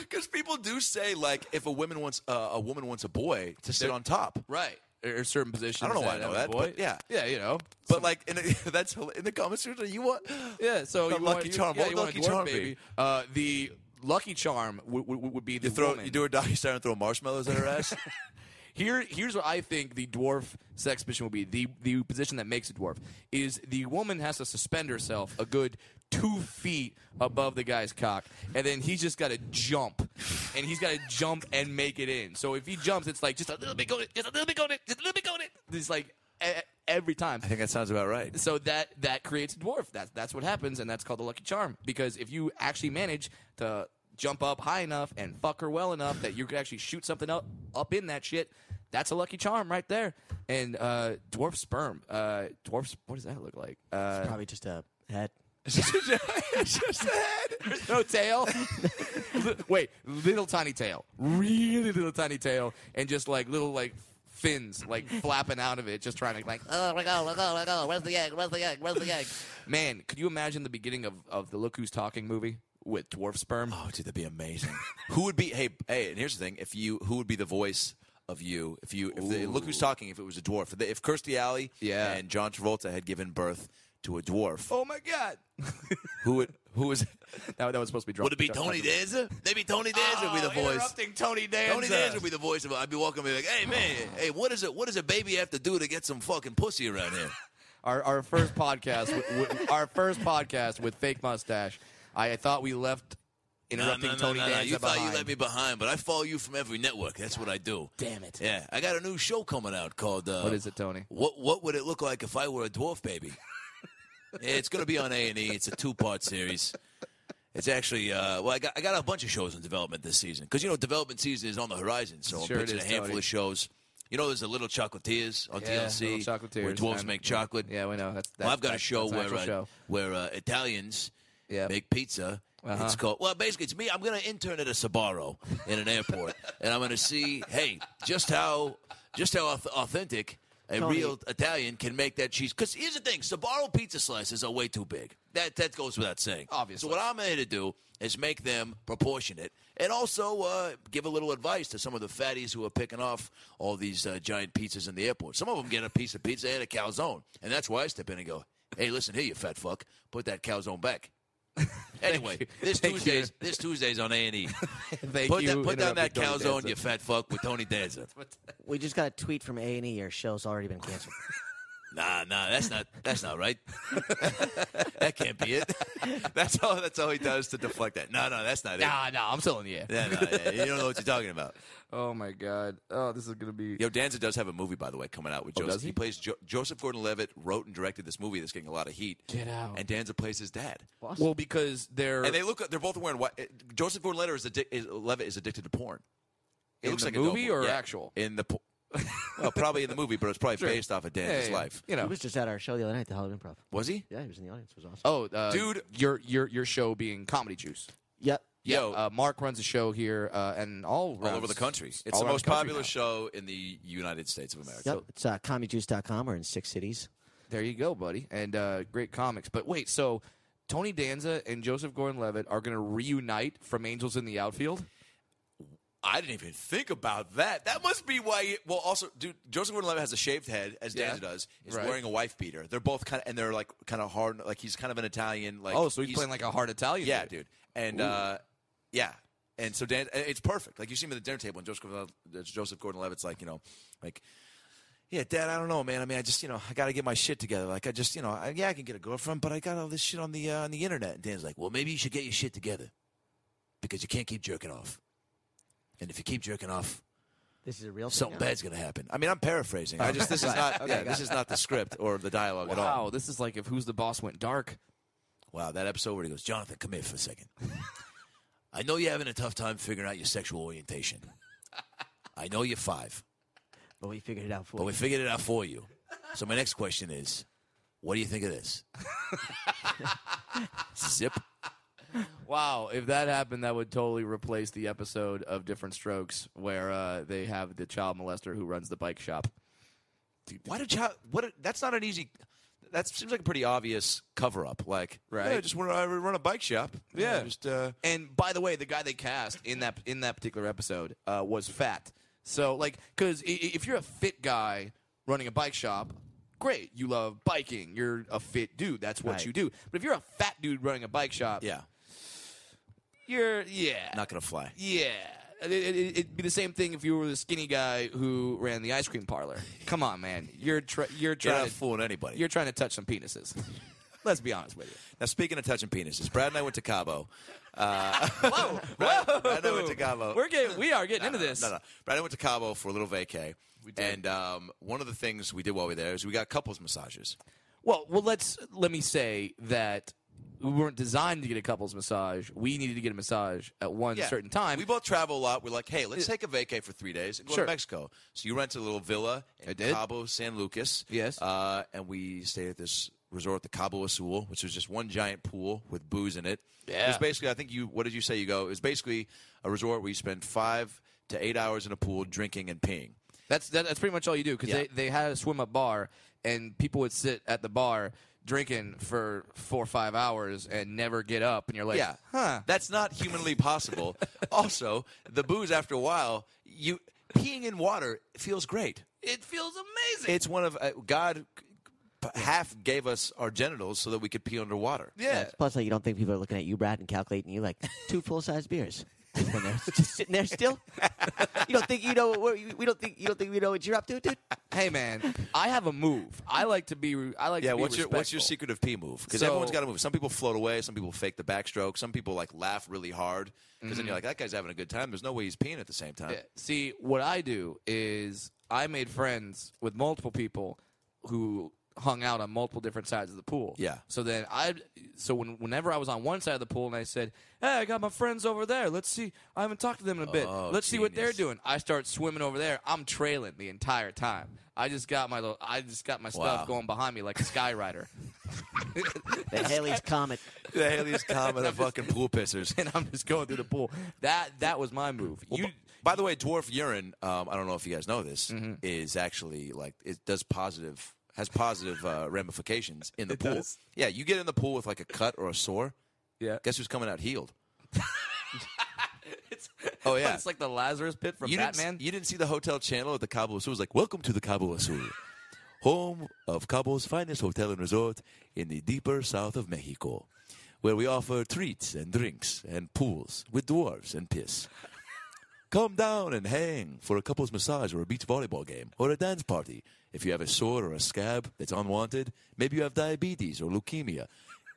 Speaker 3: because people do say like if a woman wants uh, a woman wants a boy to sit on top,
Speaker 1: right. There are certain positions.
Speaker 3: know why I
Speaker 1: that
Speaker 3: know
Speaker 1: have a
Speaker 3: that,
Speaker 1: boy.
Speaker 3: but yeah.
Speaker 1: yeah, you know.
Speaker 3: but like in the, that's hila- in the comments section, you want
Speaker 1: Yeah, so
Speaker 3: The
Speaker 1: you want,
Speaker 3: Lucky
Speaker 1: you,
Speaker 3: Charm.
Speaker 1: Yeah,
Speaker 3: What
Speaker 1: you
Speaker 3: would
Speaker 1: want a
Speaker 3: Lucky
Speaker 1: dwarf
Speaker 3: Charm be?
Speaker 1: baby. Uh, the lucky charm would, would, would be the
Speaker 3: you throw
Speaker 1: woman.
Speaker 3: you do a doggy style and throw marshmallows at her ass.
Speaker 1: Here, here's what I think the dwarf sex position will be. The the position that makes a dwarf is the woman has to suspend herself a good two feet above the guy's cock, and then he's just got to jump, and he's got to jump and make it in. So if he jumps, it's like just a little bit going it, just a little bit going it, just a little bit going it. It's like e- every time.
Speaker 3: I think that sounds about right.
Speaker 1: So that that creates a dwarf. That's that's what happens, and that's called the lucky charm. Because if you actually manage to jump up high enough and fuck her well enough that you could actually shoot something up up in that shit, that's a lucky charm right there. And uh, dwarf sperm, uh, dwarfs. What does that look like? Uh,
Speaker 4: Probably just a head.
Speaker 3: Just that.
Speaker 1: no tail. Li- Wait, little tiny tail, really little tiny tail, and just like little like fins like flapping out of it, just trying to like
Speaker 5: Oh, let go, let go, let go. Where's the egg? Where's the egg? Where's the egg?
Speaker 1: Man, could you imagine the beginning of, of the Look Who's Talking movie with dwarf sperm.
Speaker 3: Oh, dude, that'd be amazing. who would be? Hey, hey, and here's the thing: if you, who would be the voice of you? If you, if the, look who's talking. If it was a dwarf, if, the, if Kirstie Alley
Speaker 1: Yeah.
Speaker 3: and John Travolta had given birth to a dwarf,
Speaker 1: Oh my god!
Speaker 3: who would, who is?
Speaker 1: that, that was supposed to be drunk.
Speaker 3: Would it be Tony Danza? Maybe Tony Danza would be the voice.
Speaker 1: Oh, Interrupting Tony Danza.
Speaker 3: Tony Danza would be the voice of. I'd be walking, be like, "Hey man, hey, what is it? What does a baby have to do to get some fucking pussy around here?"
Speaker 1: our our first podcast. with, with, our first podcast with fake mustache. I, I thought we left interrupting
Speaker 3: Nah, nah, nah,
Speaker 1: Tony
Speaker 3: nah, nah.
Speaker 1: Danza
Speaker 3: You
Speaker 1: behind.
Speaker 3: thought you left me behind, but I follow you from every network. That's what I do.
Speaker 4: Damn it.
Speaker 3: Yeah, I got a new show coming out called. Uh,
Speaker 1: What is it, Tony?
Speaker 3: What What would it look like if I were a dwarf baby? Yeah, it's going to be on A and E. It's a two part series. It's actually uh, well, I got I got a bunch of shows in development this season because you know development season is on the horizon. So
Speaker 1: Sure it
Speaker 3: I'm pitching
Speaker 1: is,
Speaker 3: a handful
Speaker 1: Tony.
Speaker 3: of shows. You know, there's the little chocolatiers on
Speaker 1: Yeah,
Speaker 3: TLC
Speaker 1: Little Chocolatiers.
Speaker 3: where dwarves
Speaker 1: I'm-
Speaker 3: make chocolate.
Speaker 1: Yeah, we know. That's, that's
Speaker 3: Well, I've got a
Speaker 1: that's-
Speaker 3: show
Speaker 1: that's an
Speaker 3: where
Speaker 1: actual
Speaker 3: uh,
Speaker 1: show.
Speaker 3: where uh, Italians
Speaker 1: Yep.
Speaker 3: make pizza.
Speaker 1: Uh-huh.
Speaker 3: It's called well, basically, it's me. I'm going to intern at a Sabaro in an airport, and I'm going to see, hey, just how just how auth- authentic a
Speaker 4: Tony.
Speaker 3: real Italian can make that cheese. Because here's the thing: Sabaro pizza slices are way too big. That that goes without saying.
Speaker 1: Obviously.
Speaker 3: So what I'm here to do is make them proportionate, and also uh, give a little advice to some of the fatties who are picking off all these uh, giant pizzas in the airport. Some of them get a piece of pizza and a calzone, and that's why I step in and go, "Hey, listen here, you fat fuck, put that calzone back." anyway,
Speaker 1: you.
Speaker 3: this
Speaker 1: Thank you.
Speaker 3: Tuesday's this Tuesday's on A and E.
Speaker 1: Thank
Speaker 3: Put
Speaker 1: you.
Speaker 3: that, put down that
Speaker 1: interrupting Tony
Speaker 3: calzone,
Speaker 1: Danza.
Speaker 3: you fat fuck, with Tony Danza.
Speaker 4: We just got a tweet from A and E. Your show's already been canceled.
Speaker 3: Nah, nah, that's not that's not right. that can't be it. that's all that's all he does to deflect that. No, no, that's not
Speaker 1: Nah, nah, I'm still in the air.
Speaker 3: it. Yeah, no, yeah, you don't know what you're talking about.
Speaker 1: Oh my god. Oh, this is gonna be.
Speaker 3: Yo, Danza does have a movie, by the way, coming out with
Speaker 1: Oh,
Speaker 3: Joseph.
Speaker 1: does he?
Speaker 3: plays jo- Joseph Gordon-Levitt wrote and directed this movie that's getting a lot of heat.
Speaker 1: Get out.
Speaker 3: And Danza plays his dad.
Speaker 1: Well, er because they're
Speaker 3: And they look. They're both wearing white. Joseph Gordon-Levitt is, addic- is, Levitt is addicted to porn. It
Speaker 1: In
Speaker 3: looks
Speaker 1: the
Speaker 3: like
Speaker 1: movie
Speaker 3: a dope,
Speaker 1: or
Speaker 3: yeah,
Speaker 1: actual?
Speaker 3: in the. Po- well, probably in the movie, but it's probably
Speaker 1: Sure.
Speaker 3: based off of
Speaker 1: Yeah,
Speaker 3: Danza's
Speaker 1: yeah, yeah.
Speaker 3: life.
Speaker 1: You know.
Speaker 4: He was just at our show the other night, the Hollywood Improv.
Speaker 3: Was he?
Speaker 4: Yeah, he was in the audience. It was awesome.
Speaker 1: Oh, uh,
Speaker 3: Dude.
Speaker 1: your your your show being comedy juice.
Speaker 4: Yep.
Speaker 3: Yo,
Speaker 1: Uh, Mark runs a show here uh, and all
Speaker 3: all
Speaker 1: around-
Speaker 3: over the country. It's
Speaker 1: all
Speaker 3: the
Speaker 1: around
Speaker 3: most
Speaker 1: country
Speaker 3: popular
Speaker 1: now.
Speaker 3: show in the United States of America.
Speaker 4: Yep. It's uh, comedyjuice.com or in six cities.
Speaker 1: There you go, buddy, and uh, great comics. But wait, so Tony Danza and Joseph Gordon-Levitt are going to reunite from Angels in the Outfield?
Speaker 3: I didn't even think about that. That must be why. well, also, dude, Joseph Gordon-Levitt has a shaved head, as
Speaker 1: Yeah.
Speaker 3: Danza does. Is
Speaker 1: Right.
Speaker 3: wearing a wife beater. They're both kind of, and they're like kind of hard. Like he's kind of an Italian. Like
Speaker 1: oh, so he's, playing like a hard Italian.
Speaker 3: yeah, dude, and uh, yeah, and so Dan, and it's perfect. Like you see him at the dinner table, and Joseph, Gordon- Joseph Gordon-Levitt's like, you know, like. Yeah, Dad. I don't know, man. I mean, I just, you know, I gotta get my shit together. Like, I just, you know, I, yeah, I can get a girlfriend, but I got all this shit on the uh, on the internet. And Dan's like, well, maybe you should get your shit together because you can't keep jerking off. And if you keep jerking off,
Speaker 4: This is a real
Speaker 3: something
Speaker 4: thing. now.
Speaker 3: bad's gonna happen. I mean, I'm paraphrasing. I just this is not yeah, this is not the script or the dialogue at all.
Speaker 1: Wow, this is like if Who's the Boss went dark.
Speaker 3: Wow, that episode where he goes, Jonathan, come here for a second. I know you're having a tough time figuring out your sexual orientation. I know you're five,
Speaker 4: But we figured it out for
Speaker 3: but
Speaker 4: you.
Speaker 3: we figured it out for you. So my next question is, what do you think of this? Zip.
Speaker 1: Wow, if that happened, that would totally replace the episode of Different Strokes where uh, they have the child molester who runs the bike shop.
Speaker 3: Why did you? What? a- That's not an easy. That seems like a pretty obvious cover up. Like,
Speaker 1: Right.
Speaker 3: yeah, just want to run a bike shop.
Speaker 1: Yeah.
Speaker 3: just uh,
Speaker 1: And by the way, the guy they cast in that in that particular episode uh, was fat. So like, because if you're a fit guy running a bike shop, great, you love biking. You're a fit dude. That's what
Speaker 4: Right.
Speaker 1: you do. But if you're a fat dude running a bike shop,
Speaker 3: yeah,
Speaker 1: you're yeah,
Speaker 3: not gonna fly.
Speaker 1: yeah. It, it, it- it'd be the same thing if you were the skinny guy who ran the ice cream parlor. Come on, man, you're try you're
Speaker 3: You're
Speaker 1: trying
Speaker 3: not
Speaker 1: to
Speaker 3: fooling anybody.
Speaker 1: you're trying to touch some penises. Let's be honest with you.
Speaker 3: Now, speaking of touching penises, Brad and I went to Cabo. Uh, Brad, Brad and I went to Cabo.
Speaker 1: We're getting we are getting into this.
Speaker 3: Uh, No, no. Brad and I went to Cabo for a little vacay. We
Speaker 1: did.
Speaker 3: And um, one of the things we did while we were there is we got couples massages.
Speaker 1: Well, well, let's let me say that we weren't designed to get a couples massage. We needed to get a massage at one certain time.
Speaker 3: We both travel a lot. We're like, hey, let's take a vacay for three days and go
Speaker 1: Sure.
Speaker 3: to Mexico. So you rent a little villa in
Speaker 1: I did.
Speaker 3: Cabo San Lucas.
Speaker 1: Yes.
Speaker 3: Uh, and we stayed at this resort, the Cabo Azul, which was just one giant pool with booze in it. It
Speaker 1: Yeah.
Speaker 3: was basically, I think you, what did you say you go? It was basically a resort where you spend five to eight hours in a pool drinking and peeing.
Speaker 1: that's that, that's pretty much all you do because
Speaker 3: Yeah.
Speaker 1: they, they had a swim up bar and people would sit at the bar drinking for four or five hours and never get up, and you're like,
Speaker 3: yeah,
Speaker 1: huh?
Speaker 3: That's not humanly possible. also, the booze after a while, you peeing in water feels great.
Speaker 1: It feels amazing.
Speaker 3: It's one of uh, God p- half gave us our genitals so that we could pee underwater.
Speaker 1: yeah.
Speaker 4: Plus, like you don't think people are looking at you, Brad, and calculating you like two full size beers. When they're just sitting there still, you don't think you know. What, you- we don't think you don't think we know what you're up to, dude.
Speaker 1: Hey man, I have a move. I like to be. re- I like.
Speaker 3: Yeah,
Speaker 1: To be
Speaker 3: what's your what's your
Speaker 1: respectful.
Speaker 3: secret of pee move? Because
Speaker 1: So-
Speaker 3: everyone's got to move. Some people float away. Some people fake the backstroke. Some people like laugh really hard. Because then you're like, that guy's having a good time. There's no way he's peeing at the same time.
Speaker 1: Mm-hmm. Yeah. See, what I do is I made friends with multiple people who hung out on multiple different sides of the pool.
Speaker 3: Yeah.
Speaker 1: So then I, so when, whenever I was on one side of the pool and I said, "Hey, I got my friends over there. Let's see. I haven't talked to them in a bit.
Speaker 3: Oh,
Speaker 1: Let's see what they're
Speaker 3: genius.
Speaker 1: doing." I start swimming over there. I'm trailing the entire time. I just got my little. I just got my
Speaker 3: Wow.
Speaker 1: stuff going behind me like a skyrider,
Speaker 4: The Haley's Comet.
Speaker 3: The Haley's Comet of fucking pool pissers.
Speaker 1: and I'm just going through the pool. That that was my move.
Speaker 3: Well,
Speaker 1: You.
Speaker 3: b- by the way, dwarf urine. Um, I don't know if you guys know this.
Speaker 1: Mm-hmm.
Speaker 3: Is actually like it does positive has positive uh, ramifications in the pool.
Speaker 1: does?
Speaker 3: Yeah, you get in the pool with like a cut or a sore.
Speaker 1: Yeah.
Speaker 3: Guess who's coming out healed?
Speaker 1: It's,
Speaker 3: Oh, yeah.
Speaker 1: It's like the Lazarus pit from
Speaker 3: you
Speaker 1: Batman.
Speaker 3: Didn't, you didn't see the hotel channel at the Cabo Azul. It was like, welcome to the Cabo Azul, home of Cabo's finest hotel and resort in the deeper south of Mexico, where we offer treats and drinks and pools with dwarves and piss. Come down and hang for a couple's massage or a beach volleyball game or a dance party. If you have a sore or a scab that's unwanted, maybe you have diabetes or leukemia.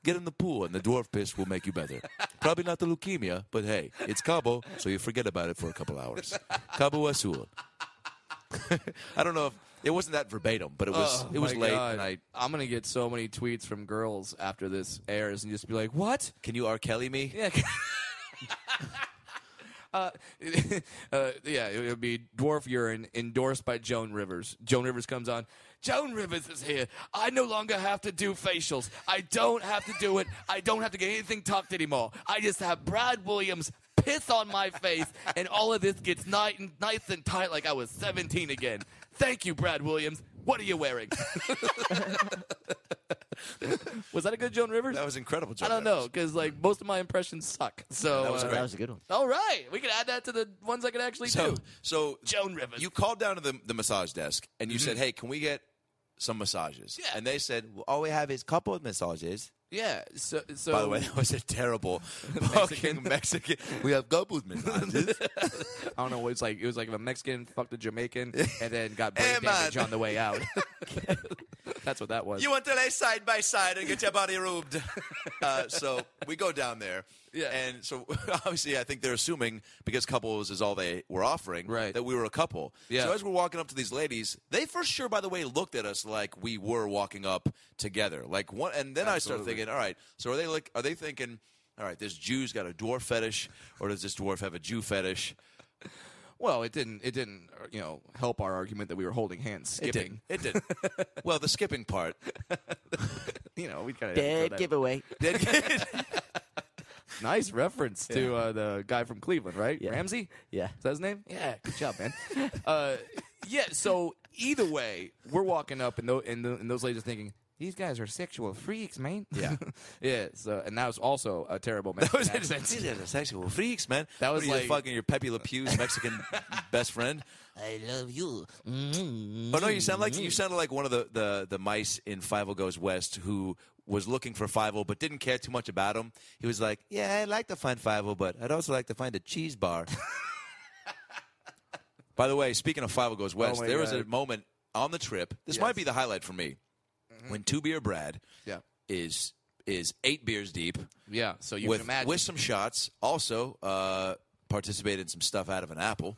Speaker 3: Get in the pool and the dwarf piss will make you better. Probably not the leukemia, but hey, it's Cabo, so you forget about it for a couple hours. Cabo Azul. I don't know if it wasn't that verbatim, but it was
Speaker 1: Oh,
Speaker 3: it was
Speaker 1: my
Speaker 3: late
Speaker 1: God.
Speaker 3: and I
Speaker 1: I'm gonna get so many tweets from girls after this airs and just be like, "What?
Speaker 3: can you R. Kelly me?
Speaker 1: Yeah." Uh, uh, yeah, it would be dwarf urine endorsed by Joan Rivers. Joan Rivers comes on. Joan Rivers is here. I no longer have to do facials. I don't have to do it. I don't have to get anything tucked anymore. I just have Brad Williams piss on my face, and all of this gets nice and, nice and tight like I was 17 again. Thank you, Brad Williams. What are you wearing? was that a good Joan Rivers?
Speaker 3: That was incredible. Joe
Speaker 1: I don't know
Speaker 3: Rivers.
Speaker 1: because like most of my impressions suck. So
Speaker 3: Mm. That was
Speaker 1: uh,
Speaker 3: great.
Speaker 4: That was a good one.
Speaker 1: all right, we can add that to the ones I can actually
Speaker 3: So,
Speaker 1: do.
Speaker 3: so
Speaker 1: Joan Rivers.
Speaker 3: You called down to the, the massage desk and you said, "Hey, can we get some massages?"
Speaker 1: Yeah.
Speaker 3: And they said, well, "All we have is couple of massages."
Speaker 1: yeah. So, so
Speaker 3: By the way, that was a terrible fucking Mexican. We have couple of massages.
Speaker 1: I don't know. It was like it was like if a Mexican fucked a Jamaican and then got brain
Speaker 3: Hey, man.
Speaker 1: damage on the way out. That's what that was.
Speaker 3: you want to lay side by side and get your body rubbed. uh, so we go down there.
Speaker 1: Yeah.
Speaker 3: And so obviously, I think they're assuming because couples is all they were offering,
Speaker 1: Right.
Speaker 3: that we were a couple.
Speaker 1: Yeah.
Speaker 3: So as we're walking up to these ladies, they for sure, by the way, looked at us like we were walking up together. Like one, and then I start
Speaker 1: Absolutely.
Speaker 3: thinking, all right, so are they like, are they thinking, all right, this Jew's got a dwarf fetish, or does this dwarf have a Jew fetish?
Speaker 1: well, it didn't. It didn't. uh, You know, help our argument that we were holding hands, skipping.
Speaker 3: It did. It did. well, the skipping part.
Speaker 1: You know, we kind of
Speaker 4: Dead giveaway.
Speaker 3: Did-
Speaker 1: Nice reference to uh, the guy from Cleveland, right? Ramsey.
Speaker 4: Yeah.
Speaker 1: Is that his name? Yeah. Good job, man. uh, yeah. So either way, we're walking up, and, tho- and, tho- and those ladies are thinking. These guys are sexual freaks, man.
Speaker 3: Yeah.
Speaker 1: yeah. So, and that was also a terrible Mexican
Speaker 3: Those are-
Speaker 1: accent.
Speaker 3: These guys are sexual freaks, man.
Speaker 1: That
Speaker 3: What
Speaker 1: was
Speaker 3: are you,
Speaker 1: like-
Speaker 3: fucking your Pepe Le Pew's Mexican best friend.
Speaker 4: I love you. Mm-hmm.
Speaker 3: Oh no, you sound like you sounded like one of the, the, the mice in Five O Goes West who was looking for Five O but didn't care too much about him. He was like, "Yeah, I'd like to find Five O, but I'd also like to find a cheese bar." By the way, speaking of Five O Goes West,
Speaker 1: Oh my
Speaker 3: there was
Speaker 1: God.
Speaker 3: a moment on the trip.
Speaker 1: Yes.
Speaker 3: This
Speaker 1: Mm-hmm.
Speaker 3: might be the highlight for me when Two Beer Brad
Speaker 1: Yeah.
Speaker 3: is is eight beers deep.
Speaker 1: Yeah. So you
Speaker 3: with,
Speaker 1: can imagine.
Speaker 3: with some shots. Also, uh, participated in some stuff out of an apple.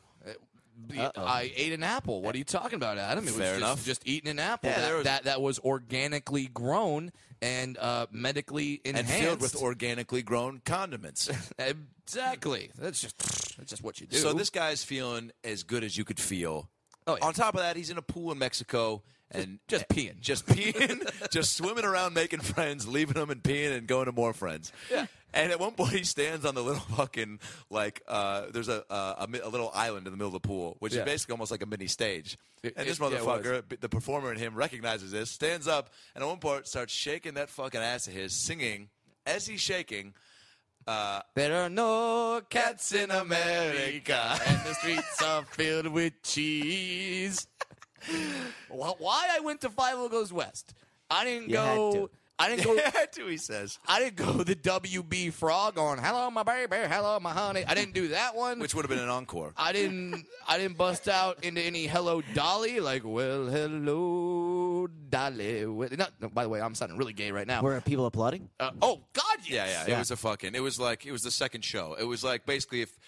Speaker 1: I ate an apple. What are you talking about, Adam? It was
Speaker 3: Fair
Speaker 1: just,
Speaker 3: enough.
Speaker 1: just eating an apple
Speaker 3: Yeah,
Speaker 1: that,
Speaker 3: there was-
Speaker 1: that that was organically grown and uh, medically
Speaker 3: And
Speaker 1: enhanced
Speaker 3: filled with organically grown condiments.
Speaker 1: exactly. That's just that's just what you do.
Speaker 3: so this guy's feeling as good as you could feel.
Speaker 1: Oh, yeah.
Speaker 3: On top of that, he's in a pool in Mexico and eh,
Speaker 1: just peeing.
Speaker 3: just peeing, just swimming around making friends, leaving them and peeing and going to more friends. Yeah. And at one point, he stands on the little fucking like uh, there's a, a a mi- a little island in the middle of the pool, which
Speaker 1: Yeah.
Speaker 3: is basically almost like a mini stage.
Speaker 1: It-
Speaker 3: and this
Speaker 1: it- yeah, it was.
Speaker 3: motherfucker, b- the performer in him, recognizes this, stands up, and at one point starts shaking that fucking ass of his, singing as he's shaking.
Speaker 1: There are no cats in
Speaker 3: America.
Speaker 1: America, and the streets are filled with cheese. Wh- Why I went to Five Goes West? I didn't
Speaker 4: You had
Speaker 1: go.
Speaker 4: to.
Speaker 1: I didn't go.
Speaker 3: to he says,
Speaker 1: I didn't go the WB frog on "Hello, my baby, hello, my honey." I didn't do that one.
Speaker 3: which would have been an encore.
Speaker 1: I didn't. I didn't bust out into any "Hello, Dolly." Like, well, hello, Dolly. Well, no, no, by the way, I'm sounding really gay right now.
Speaker 4: Were people applauding?
Speaker 1: Uh, oh God, yes.
Speaker 3: Yeah, yeah, It
Speaker 4: Yeah.
Speaker 3: was a fucking. It was like it was the second show. It was like basically if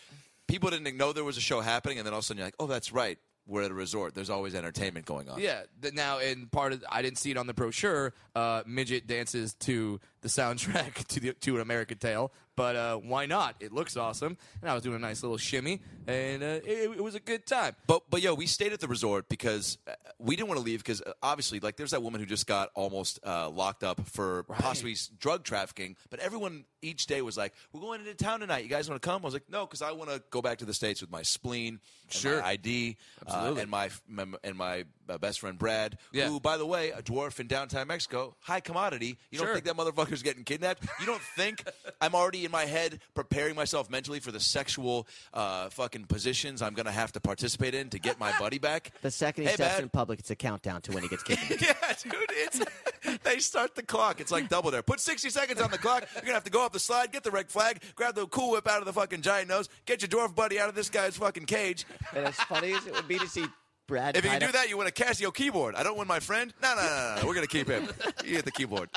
Speaker 3: people didn't know there was a show happening, and then all of a sudden you're like, oh, that's right, we're at a resort. There's always entertainment going on.
Speaker 1: Yeah. th- Now, in part of, I didn't see it on the brochure. Uh, midget dances to the soundtrack to the, to an American Tale, but uh, why not? It looks awesome, and I was doing a nice little shimmy, and uh, it, it was a good time.
Speaker 3: But but yo, we stayed at the resort because uh, we didn't want to leave because obviously like there's that woman who just got almost uh, locked up for possibly s- drug trafficking. But everyone each day was like, "We're going into town tonight. You guys want to come?" I was like, "No," because I want to go back to the states with my spleen, and
Speaker 1: Sure.
Speaker 3: my ID, uh,
Speaker 1: Absolutely.
Speaker 3: and my, f- my and my uh, best friend Brad,
Speaker 1: Yeah.
Speaker 3: who by the way, a dwarf in downtown Mexico, high commodity. You
Speaker 1: Sure.
Speaker 3: don't think that motherfucker's getting kidnapped? You don't think I'm already in my head preparing myself mentally for the sexual uh, fucking positions I'm gonna have to participate in to get my buddy back?
Speaker 4: The second he
Speaker 3: Hey,
Speaker 4: steps
Speaker 3: man.
Speaker 4: in public, it's a countdown to when he gets kidnapped.
Speaker 3: yeah, dude, it's they start the clock. It's like double there. Put 60 seconds on the clock. You're gonna have to go up the slide, get the red flag, grab the cool whip out of the fucking giant nose, get your dwarf buddy out of this guy's fucking cage.
Speaker 4: and as funny as it would be to see Brad,
Speaker 3: If you
Speaker 4: tied
Speaker 3: can do
Speaker 4: up-
Speaker 3: that, you win a Casio keyboard. I don't win my friend. No, no, no, no. no. We're gonna keep him. You get the keyboard.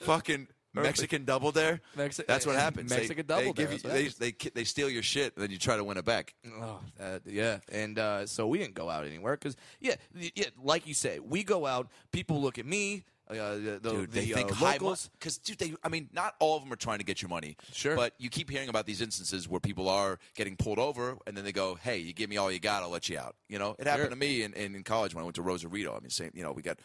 Speaker 3: Fucking Mexican double dare.
Speaker 1: Mexi-
Speaker 3: That's what
Speaker 1: and
Speaker 3: happens. They-
Speaker 1: Mexican
Speaker 3: they
Speaker 1: double
Speaker 3: give
Speaker 1: dare,
Speaker 3: you-
Speaker 1: that's what
Speaker 3: they,
Speaker 1: happens.
Speaker 3: they ki- they steal your shit, and then you try to win it back.
Speaker 1: Oh, uh, yeah, and uh, so we didn't go out anywhere because yeah, y- yeah, like you say, we go out. People look at me. Uh, the, the,
Speaker 3: Dude,
Speaker 1: the,
Speaker 3: they think
Speaker 1: uh,
Speaker 3: high
Speaker 1: locals.
Speaker 3: because dude, they. I mean, not all of them are trying to get your money.
Speaker 1: Sure.
Speaker 3: but you keep hearing about these instances where people are getting pulled over, and then they go, "Hey, you give me all you got, I'll let you out." You know, it happened
Speaker 1: Sure.
Speaker 3: to me in, in, in college when I went to Rosarito. I mean, same. You know, we got,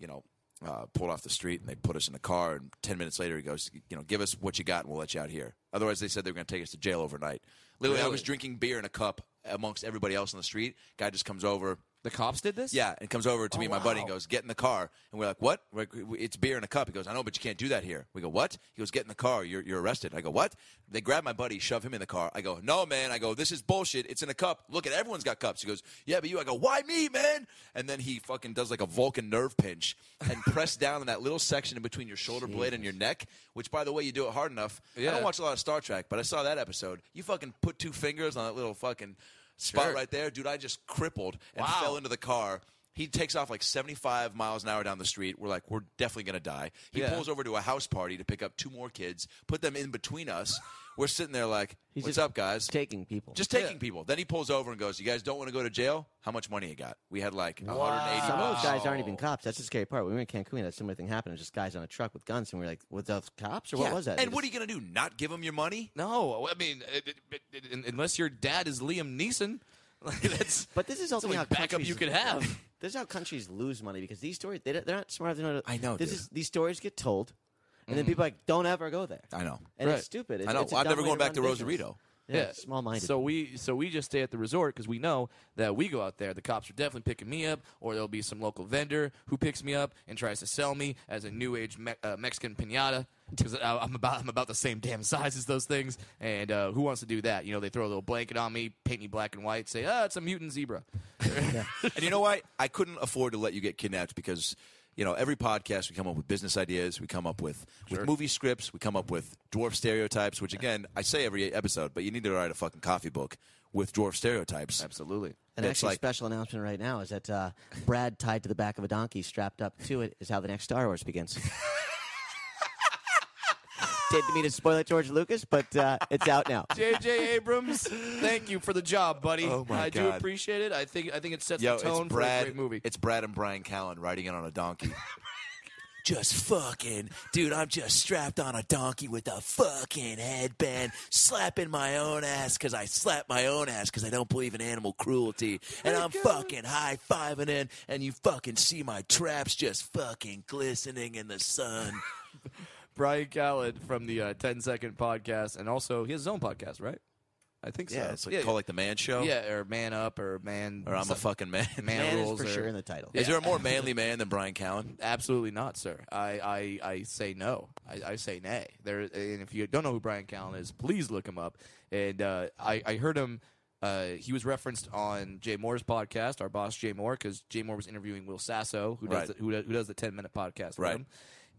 Speaker 3: you know. Uh, pulled off the street and they put us in a car. And ten minutes later, he goes, "You know, give us what you got, and we'll let you out here." Otherwise, they said they were going to take us to jail overnight. Literally, I
Speaker 1: Really?
Speaker 3: was drinking beer in a cup amongst everybody else on the street. Guy just comes over,
Speaker 1: The cops did this. Oh,
Speaker 3: yeah, and comes over to me and my buddy and
Speaker 1: wow.
Speaker 3: goes, "Get in the car." And we're like, "What? We're like, "We- it's beer in a cup." He goes, "I know, but you can't do that here." We go, "What?" He goes, "Get in the car. You're, you're arrested." I go, "What?" They grab my buddy, shove him in the car. I go, "No, man." I go, "This is bullshit. It's in a cup. Look at everyone's got cups." He goes, "Yeah, but you." I go, "Why me, man?" And then he fucking does like a Vulcan nerve pinch and press down on that little section in between your shoulder blade and your neck. Which, by the way, you do it hard enough. I
Speaker 1: Yeah.
Speaker 3: don't watch a lot of Star Trek, but I saw that episode. You fucking put two fingers on that little fucking. Spot
Speaker 1: Sure.
Speaker 3: right there, dude. I just crippled and
Speaker 1: Wow.
Speaker 3: fell into the car. He takes off like 75 miles an hour down the street. We're like, we're definitely going to die. He
Speaker 1: Yeah.
Speaker 3: pulls over to a house party to pick up two more kids, put them in between us. We're sitting there like,
Speaker 4: He's
Speaker 3: what's
Speaker 4: just
Speaker 3: up, guys?
Speaker 4: Taking people.
Speaker 3: just taking people. Then he pulls over and goes, you guys don't want to go to jail? How much money you got? We had like 180
Speaker 4: Some of
Speaker 3: bucks.
Speaker 4: those guys aren't even cops. That's the scary part. We were in Cancun. That similar thing happened. It was just guys on a truck with guns, and we were like, "Were those cops or what
Speaker 3: Yeah.
Speaker 4: was that?"
Speaker 3: And what are
Speaker 4: do
Speaker 3: you going to do? Not give him your money?
Speaker 1: No, I mean, it, it- it- it- unless your dad is Liam Neeson, like, that's
Speaker 4: But this is
Speaker 1: that's the
Speaker 4: ultimately
Speaker 1: only
Speaker 4: how
Speaker 1: backup
Speaker 4: countries-
Speaker 1: you could have.
Speaker 4: This is how countries lose money because these stories they, don't- they're not smart enough to know.
Speaker 3: I know,
Speaker 4: This
Speaker 3: dude. Mm.
Speaker 4: is these stories get told, and then people are like don't ever go there,
Speaker 3: I know.
Speaker 4: and
Speaker 1: Right.
Speaker 4: it's stupid. It's,
Speaker 3: I know.
Speaker 4: it's a
Speaker 3: Well, I'm
Speaker 4: dumb
Speaker 3: never
Speaker 4: way
Speaker 3: going back
Speaker 4: run
Speaker 3: to
Speaker 4: business.
Speaker 3: Rosarito.
Speaker 4: Yeah, small minded.
Speaker 1: So we so we just stay at the resort because we know that we go out there. The cops are definitely picking me up, or there'll be some local vendor who picks me up and tries to sell me as a new age me- uh, Mexican pinata because I'm about I'm about the same damn size as those things. And uh, who wants to do that? You know, they throw a little blanket on me, paint me black and white, say, "Ah, it's a mutant zebra."
Speaker 3: and you know what? I couldn't afford to let you get kidnapped because you know every podcast we come up with business ideas, we come up with with movie scripts, we come up with dwarf stereotypes. Which again, I say every episode, but you need to write a fucking coffee book with dwarf stereotypes.
Speaker 1: Absolutely.
Speaker 4: and
Speaker 3: it's
Speaker 4: actually,
Speaker 3: like-
Speaker 4: special announcement right now is that uh, Brad tied to the back of a donkey, strapped up to it, is how the next Star Wars begins. Didn't mean to spoil it, George Lucas, but uh, it's out now.
Speaker 1: J.J. Abrams, thank you for the job, buddy.
Speaker 3: Oh, my
Speaker 1: I do
Speaker 3: God.
Speaker 1: appreciate it. I think I think it sets
Speaker 3: Yo,
Speaker 1: the
Speaker 3: it's
Speaker 1: tone for a
Speaker 3: Brad.
Speaker 1: great movie.
Speaker 3: It's Brad and Brian Callen riding in on a donkey. just fucking, dude. I'm just strapped on a donkey with a fucking headband, slapping my own ass because I slap my own ass because I don't believe in animal cruelty, and I'm fucking high fiving in, and you fucking see my traps just fucking glistening in the sun.
Speaker 1: Brian Khaled from the uh, 10 Second Podcast, and also he has his own podcast, right? I think so.
Speaker 3: Yeah, it's like called like the Man Show.
Speaker 1: yeah, or Man Up, or Man.
Speaker 3: or I'm a
Speaker 1: some-
Speaker 3: fucking man.
Speaker 1: Man,
Speaker 4: Man is
Speaker 1: rules.
Speaker 4: for
Speaker 1: or-
Speaker 4: sure in the title.
Speaker 3: Is there a more manly man than Brian Callen?
Speaker 1: Absolutely not, sir. I, I, I say no. I, I say nay. There, and if you don't know who Brian Callen is, please look him up. And uh, I, I heard him. Uh, he was referenced on Jay Moore's podcast, our boss Jay Moore, because Jay Moore was interviewing Will Sasso, who does
Speaker 3: Right.
Speaker 1: the, who, does, who does the ten minute podcast, with
Speaker 3: Right.
Speaker 1: him.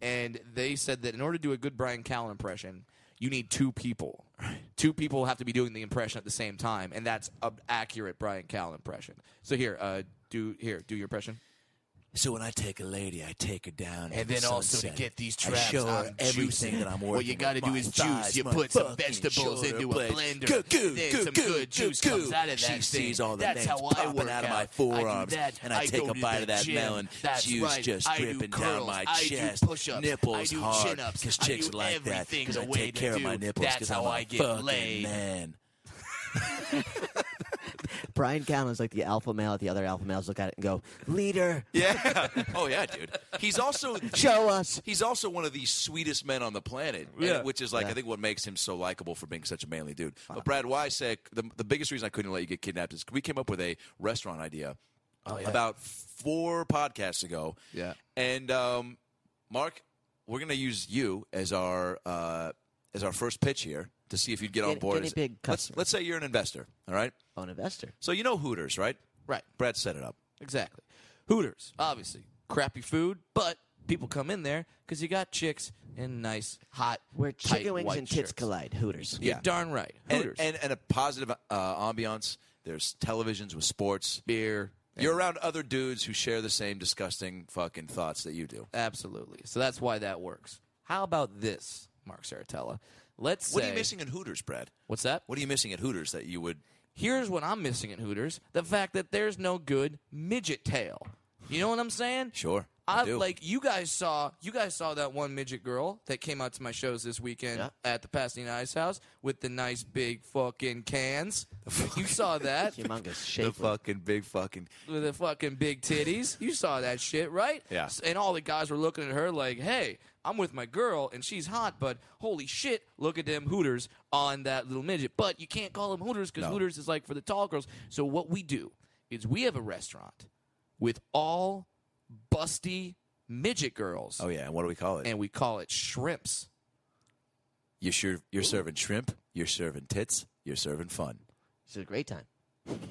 Speaker 1: And they said that in order to do a good Brian Callen impression, you need two people. Two people have to be doing the impression at the same time, and that's an accurate Brian Callen impression. So here, uh, do here, do your impression.
Speaker 3: So when I take a lady, I take her down,
Speaker 5: And then also to get these
Speaker 3: I
Speaker 5: traps,
Speaker 3: show her
Speaker 5: I'm
Speaker 3: everything
Speaker 5: juicing.
Speaker 3: that I'm working.
Speaker 5: What you got to
Speaker 3: with.
Speaker 5: do
Speaker 3: My
Speaker 5: is
Speaker 3: thighs,
Speaker 5: juice. You
Speaker 3: my
Speaker 5: put some
Speaker 3: fucking
Speaker 5: vegetables
Speaker 3: shoulder
Speaker 5: into a
Speaker 3: blades.
Speaker 5: blender.
Speaker 3: Goo, goo,
Speaker 5: then
Speaker 3: goo,
Speaker 5: some
Speaker 3: goo,
Speaker 5: good juice
Speaker 3: goo,
Speaker 5: comes out of that
Speaker 3: She
Speaker 5: thing.
Speaker 3: sees all the
Speaker 5: That's
Speaker 3: things
Speaker 5: how I
Speaker 3: popping
Speaker 5: work
Speaker 3: out of my
Speaker 5: I
Speaker 3: forearms,
Speaker 5: do that.
Speaker 3: and I, take
Speaker 5: go
Speaker 3: a
Speaker 5: to
Speaker 3: bite
Speaker 5: the
Speaker 3: of that
Speaker 5: gym.
Speaker 3: melon.
Speaker 5: That's
Speaker 3: Juice
Speaker 5: right.
Speaker 3: just
Speaker 5: I do
Speaker 3: dripping down
Speaker 5: curls.
Speaker 3: my
Speaker 5: I
Speaker 3: chest.
Speaker 5: Do push-ups.
Speaker 3: Nipples
Speaker 5: I do
Speaker 3: hard
Speaker 5: chin-ups. I
Speaker 3: chicks
Speaker 5: do
Speaker 3: like that.
Speaker 5: everything
Speaker 3: Because
Speaker 5: the
Speaker 3: I
Speaker 5: way
Speaker 3: take
Speaker 5: to
Speaker 3: care of
Speaker 5: do.
Speaker 3: my nipples.
Speaker 5: That's
Speaker 3: Because
Speaker 5: how
Speaker 3: I'm
Speaker 5: I
Speaker 3: a
Speaker 5: get
Speaker 3: fucking
Speaker 5: laid.
Speaker 3: man.
Speaker 4: Brian Callen's like the alpha male at the other alpha males look at it and go, leader,
Speaker 3: Yeah. Oh yeah, dude. He's also
Speaker 4: show us.
Speaker 3: He's also one of the sweetest men on the planet, and-
Speaker 1: Yeah.
Speaker 3: which is like
Speaker 4: Yeah.
Speaker 3: I think what makes him so likable for being such a manly dude. But Brad Weisek, the, the biggest reason I couldn't let you get kidnapped is we came up with a restaurant idea
Speaker 4: Oh,
Speaker 3: about four podcasts ago.
Speaker 1: Yeah.
Speaker 3: and um, Mark, we're gonna use you as our uh, as our first pitch here to see if you'd get on
Speaker 4: Guinea-
Speaker 3: board.
Speaker 4: guinea
Speaker 3: as-
Speaker 4: pig
Speaker 3: let's
Speaker 4: customer.
Speaker 3: let's say you're an investor, all right?
Speaker 4: On investor.
Speaker 3: So you know Hooters, right?
Speaker 1: Right.
Speaker 3: Brad set it up.
Speaker 1: Exactly. Hooters, obviously. Crappy food, but people come in there because you got chicks in nice, hot,
Speaker 4: Where
Speaker 1: tight
Speaker 4: chicken wings
Speaker 1: white
Speaker 4: and tits
Speaker 1: shirts.
Speaker 4: collide. Hooters.
Speaker 1: You're
Speaker 3: Yeah.
Speaker 1: darn right.
Speaker 3: And,
Speaker 1: Hooters.
Speaker 3: and and a positive uh, ambiance. There's televisions with sports.
Speaker 1: beer.
Speaker 3: You're around other dudes who share the same disgusting fucking thoughts that you do.
Speaker 1: Absolutely. So that's why that works. How about this, Mark Saratella? Let's
Speaker 3: What are
Speaker 1: say-
Speaker 3: you missing at Hooters, Brad?
Speaker 1: What's that?
Speaker 3: What are you missing at Hooters that you would?
Speaker 1: Here's what I'm missing at Hooters: the fact that there's no good midget tail. You know what I'm saying?
Speaker 3: Sure, I
Speaker 1: I,
Speaker 3: do.
Speaker 1: like you guys saw you guys saw that one midget girl that came out to my shows this weekend
Speaker 4: Yeah.
Speaker 1: at the Pasadena Ice House with the nice big fucking cans. you saw that
Speaker 4: Humongous shape.
Speaker 3: fucking big fucking.
Speaker 1: with the fucking big titties. You saw that shit, right?
Speaker 3: Yeah.
Speaker 1: S- And all the guys were looking at her like, "Hey, I'm with my girl and she's hot, but holy shit, look at them Hooters on that little midget." But you can't call them Hooters because
Speaker 3: No.
Speaker 1: Hooters is like for the tall girls. So what we do is we have a restaurant with all busty midget girls,
Speaker 3: Oh yeah, and what do we call it?
Speaker 1: and we call it Shrimps.
Speaker 3: You're sure you're serving shrimp. You're serving tits. You're serving fun.
Speaker 4: It's a great time.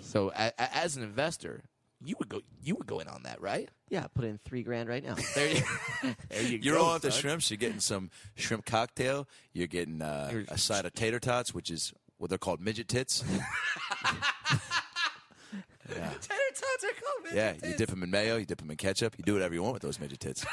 Speaker 1: So a- a- as an investor, you would go, you would go in on that, right?
Speaker 4: Yeah, put in three grand right now.
Speaker 1: There you, there you
Speaker 3: You're
Speaker 1: go.
Speaker 3: all at the
Speaker 1: son.
Speaker 3: shrimps. You're getting some shrimp cocktail. You're getting uh,
Speaker 1: You're-
Speaker 3: a side of tater tots, which is what they're called midget tits.
Speaker 1: Tater tots are called midget
Speaker 3: Yeah,
Speaker 1: tits.
Speaker 3: you dip them in mayo. You dip them in ketchup. You do whatever you want with those midget tits.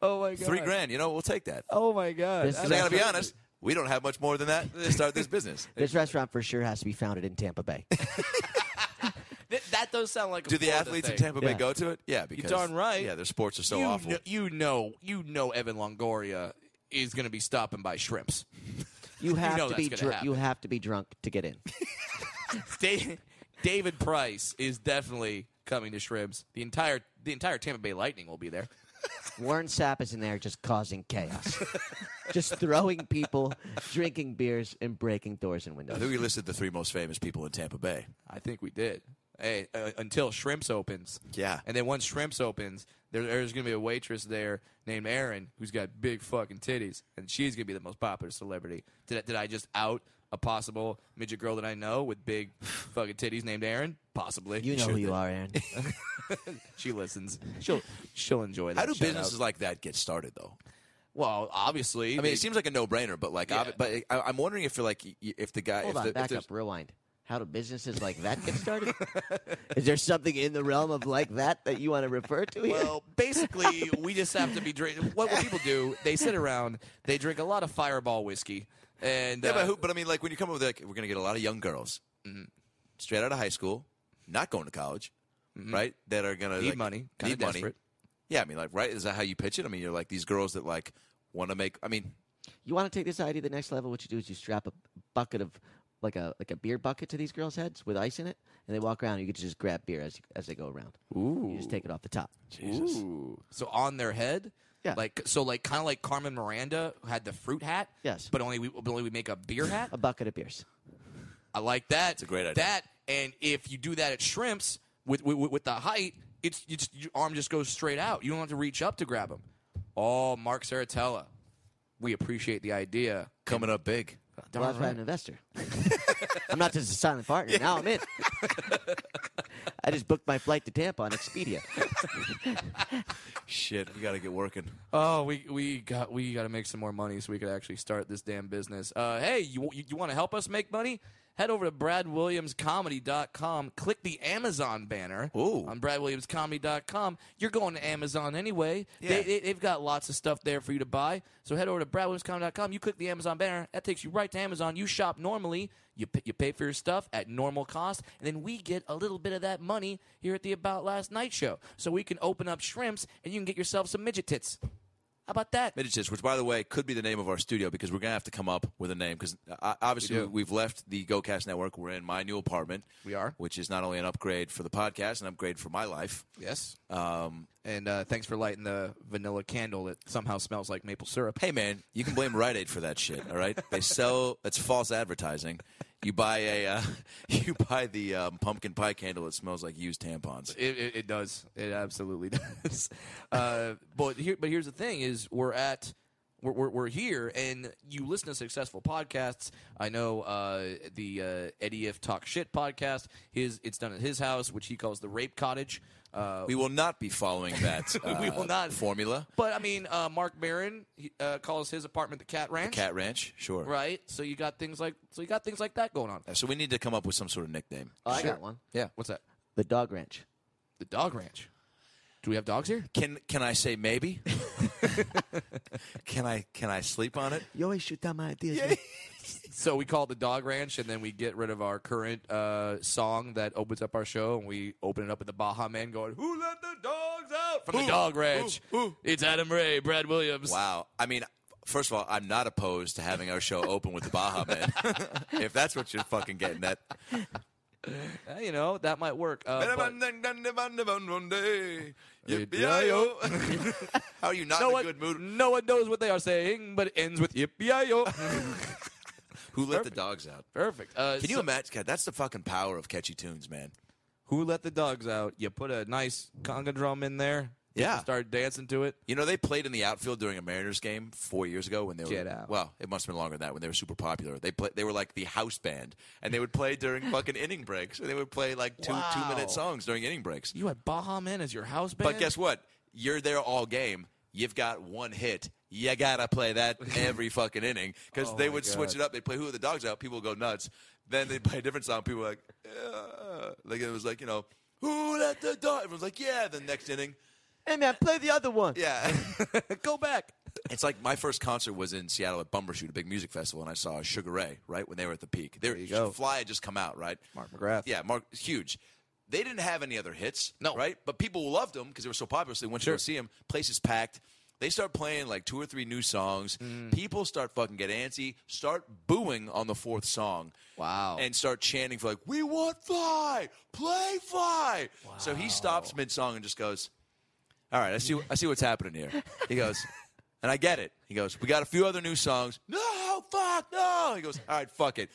Speaker 1: Oh my god.
Speaker 3: Three grand. You know, we'll take that.
Speaker 1: Oh my god.
Speaker 4: This
Speaker 3: Because I gotta be honest, we don't have much more than that to start this business.
Speaker 4: this restaurant for sure has to be founded in Tampa Bay.
Speaker 1: Th- that does sound like a
Speaker 3: Do the
Speaker 1: Florida
Speaker 3: athletes
Speaker 1: thing.
Speaker 3: in Tampa Bay
Speaker 4: Yeah.
Speaker 3: go to it? Yeah, because
Speaker 1: darn right.
Speaker 3: Yeah, their sports are so
Speaker 1: you
Speaker 3: awful.
Speaker 1: Know, you know, you know, Evan Longoria is going to be stopping by shrimps.
Speaker 4: You have
Speaker 1: know
Speaker 4: to
Speaker 1: that's
Speaker 4: be
Speaker 1: gonna
Speaker 4: dr- you
Speaker 1: happen.
Speaker 4: have to be drunk to get in.
Speaker 1: Da- David Price is definitely coming to shrimps. The entire the entire Tampa Bay Lightning will be there.
Speaker 4: Warren Sapp is in there just causing chaos. just throwing people, drinking beers, and breaking doors and
Speaker 3: I
Speaker 4: windows.
Speaker 3: think we listed the three most famous people in Tampa Bay.
Speaker 1: I think we did. Hey, uh, until shrimps opens.
Speaker 3: Yeah.
Speaker 1: And then once shrimps opens, there, there's going to be a waitress there named Erin who's got big fucking titties, and she's going to be the most popular celebrity. Did I, did I just out a possible midget girl that I know with big fucking titties named Erin? Possibly.
Speaker 4: You know who
Speaker 1: Sure.
Speaker 4: you are, Aaron.
Speaker 1: She listens. She'll she'll enjoy that.
Speaker 3: How do
Speaker 1: shout
Speaker 3: businesses
Speaker 1: out.
Speaker 3: like that get started, though?
Speaker 1: Well, obviously.
Speaker 3: I mean, it seems like a no-brainer, but like,
Speaker 1: Yeah.
Speaker 3: ob- but I, I'm wondering if you're like, y- y- if the guy,
Speaker 4: Hold
Speaker 3: if
Speaker 4: on,
Speaker 3: the, if
Speaker 4: back
Speaker 3: there's-
Speaker 4: up, rewind. How do businesses like that get started? is there something in the realm of like that that you want to refer to here?
Speaker 1: Well, basically, we just have to be drink. What, what people do, they sit around, they drink a lot of Fireball whiskey, and
Speaker 3: yeah,
Speaker 1: uh,
Speaker 3: but, who, but I mean, like, when you come up with like, we're gonna get a lot of young girls,
Speaker 1: Mm-hmm.
Speaker 3: straight out of high school, not going to college, right? That are gonna
Speaker 1: Mm-hmm. Need
Speaker 3: like,
Speaker 1: money, kinda
Speaker 3: need money,
Speaker 1: desperate.
Speaker 3: Yeah, I mean, like, right? Is that how you pitch it? I mean, you're like these girls that like want to make. I mean,
Speaker 4: You want to take this idea to the next level? What you do is you strap a bucket of like a like a beer bucket to these girls' heads with ice in it, and they walk around. and You get to just grab beer as as they go around.
Speaker 1: Ooh.
Speaker 4: You just take it off the top.
Speaker 3: Jesus.
Speaker 1: Ooh. uh, So on their head?
Speaker 4: Yeah.
Speaker 1: Like so like kind of like Carmen Miranda who had the fruit hat.
Speaker 4: Yes.
Speaker 1: But only we but only we make a beer hat.
Speaker 4: A bucket of beers.
Speaker 1: I like that. It's
Speaker 3: a great idea.
Speaker 1: That and if you do that at shrimps with with, with the height, it's you just, your arm just goes straight out. You don't have to reach up to grab them. Oh, Mark Saratella. We appreciate the idea.
Speaker 3: coming up big.
Speaker 4: Well, that's why I'm an investor. I'm not just a silent partner. Now I'm in. I just booked my flight to Tampa on Expedia. Oh,
Speaker 3: Shit, we got to get working.
Speaker 1: Oh, we we got we got to make some more money so we could actually start this damn business. Uh, hey, you you, you want to help us make money? Head over to bradwilliamscomedy.com, click the Amazon banner
Speaker 3: Ooh.
Speaker 1: on bradwilliamscomedy.com. You're going to Amazon anyway. They,
Speaker 3: Yeah.
Speaker 1: they, they've got lots of stuff there for you to buy. So head over to bradwilliamscomedy.com. You click the Amazon banner. That takes you right to Amazon. You shop normally. You, p- you pay for your stuff at normal cost. And then we get a little bit of that money here at the About Last Night show. So we can open up shrimps and you can get yourself some midget tits. How about that?
Speaker 3: Midget's, which by the way could be the name of our studio because we're gonna have to come up with a name because uh, obviously
Speaker 1: We do.
Speaker 3: we have left the GoCast network. We're in my new apartment.
Speaker 1: We are.
Speaker 3: which is not only an upgrade for the podcast, an upgrade for my life.
Speaker 1: Yes. Um, and uh, thanks for lighting the vanilla candle that somehow smells like maple syrup.
Speaker 3: Hey man, you can blame Rite Aid for that shit. All right, they sell it's false advertising. You buy a uh, you buy the um, pumpkin pie candle that smells like used tampons.
Speaker 1: It, it, it does. It absolutely does. uh, but here, but here's the thing: is we're at. We're, we're, we're here, and you listen to successful podcasts. I know uh, the uh, Eddie F Talk Shit podcast. His it's done at his house, which he calls the Rape Cottage. Uh,
Speaker 3: We will not be following that.
Speaker 1: We
Speaker 3: uh,
Speaker 1: will not.
Speaker 3: formula.
Speaker 1: but I mean, uh, Mark Barron he, uh, calls his apartment the Cat Ranch,
Speaker 3: Cat Ranch, sure. Uh,
Speaker 1: right? So you got things like so you got things like that going on.
Speaker 3: So we need to come up with some sort of nickname.
Speaker 4: Oh, I
Speaker 1: Sure.
Speaker 4: got one.
Speaker 1: Yeah, what's that?
Speaker 4: The dog ranch.
Speaker 1: The dog ranch. Do we have dogs here?
Speaker 3: Can can I say maybe? can I can I sleep on it?
Speaker 4: You always shoot down my ideas. man.
Speaker 1: So we call it the dog ranch, and then we get rid of our current uh, song that opens up our show, and we open it up with the Baja Man going, "Who let the dogs out from the dog ranch?" It's Adam Ray, Brad Williams.
Speaker 3: Wow. I mean, first of all, I'm not opposed to having our show open with the Baja Man. if that's what you're fucking getting at.
Speaker 1: Eh, you know that might work. Uh, but-
Speaker 3: Yippee-yi-yo. How are you not
Speaker 1: no
Speaker 3: in a
Speaker 1: one,
Speaker 3: good mood?
Speaker 1: no one knows what they are saying, but it ends with yippee-yi-yo.
Speaker 3: Who let the dogs out?
Speaker 1: Perfect. Uh,
Speaker 3: Can you
Speaker 1: so-
Speaker 3: imagine? God, that's the fucking power of catchy tunes, man.
Speaker 1: who let the dogs out? You put a nice conga drum in there.
Speaker 3: Yeah.
Speaker 1: people Start dancing to it.
Speaker 3: You know, they played in the outfield during a Mariners game four years ago when they were.
Speaker 1: Get out.
Speaker 3: Well, it must have been longer than that when they were super popular. They play, they were like the house band, and they would play during fucking inning breaks. And they would play like two
Speaker 1: Wow.
Speaker 3: two minute songs during inning breaks.
Speaker 1: You had Baja Man as your house band.
Speaker 3: But guess what? You're there all game. You've got one hit. You gotta play that every fucking inning because
Speaker 1: Oh
Speaker 3: they
Speaker 1: my
Speaker 3: would
Speaker 1: God.
Speaker 3: switch it up. They play "Who Are the Dogs Out." People would go nuts. Then they play a different song. People were like, "Uh," like it was like you know, "Who let the dog?" Everyone's like, "Yeah." The next inning,
Speaker 4: Hey man, play the other one.
Speaker 3: yeah.
Speaker 1: go back.
Speaker 3: It's like my first concert was in Seattle at Bumbershoot, a big music festival, and I saw Sugar Ray right when they were at the peak. They were,
Speaker 1: you go.
Speaker 3: Fly had just come out, right?
Speaker 1: Mark McGrath.
Speaker 3: Yeah, Mark huge. They didn't have any other hits,
Speaker 1: No.
Speaker 3: right? But people loved them because they were so popular. So they went to go
Speaker 1: Sure.
Speaker 3: see them. Places packed. They start playing like two or three new songs.
Speaker 1: Mm.
Speaker 3: People start fucking get antsy, start booing on the fourth song.
Speaker 1: Wow.
Speaker 3: And start chanting for like, "We want Fly, play Fly." So he stops mid song and just goes, all right, I see. I see what's happening here. He goes, and I get it. He goes, we got a few other new songs. No, fuck, no. He goes, all right, fuck it.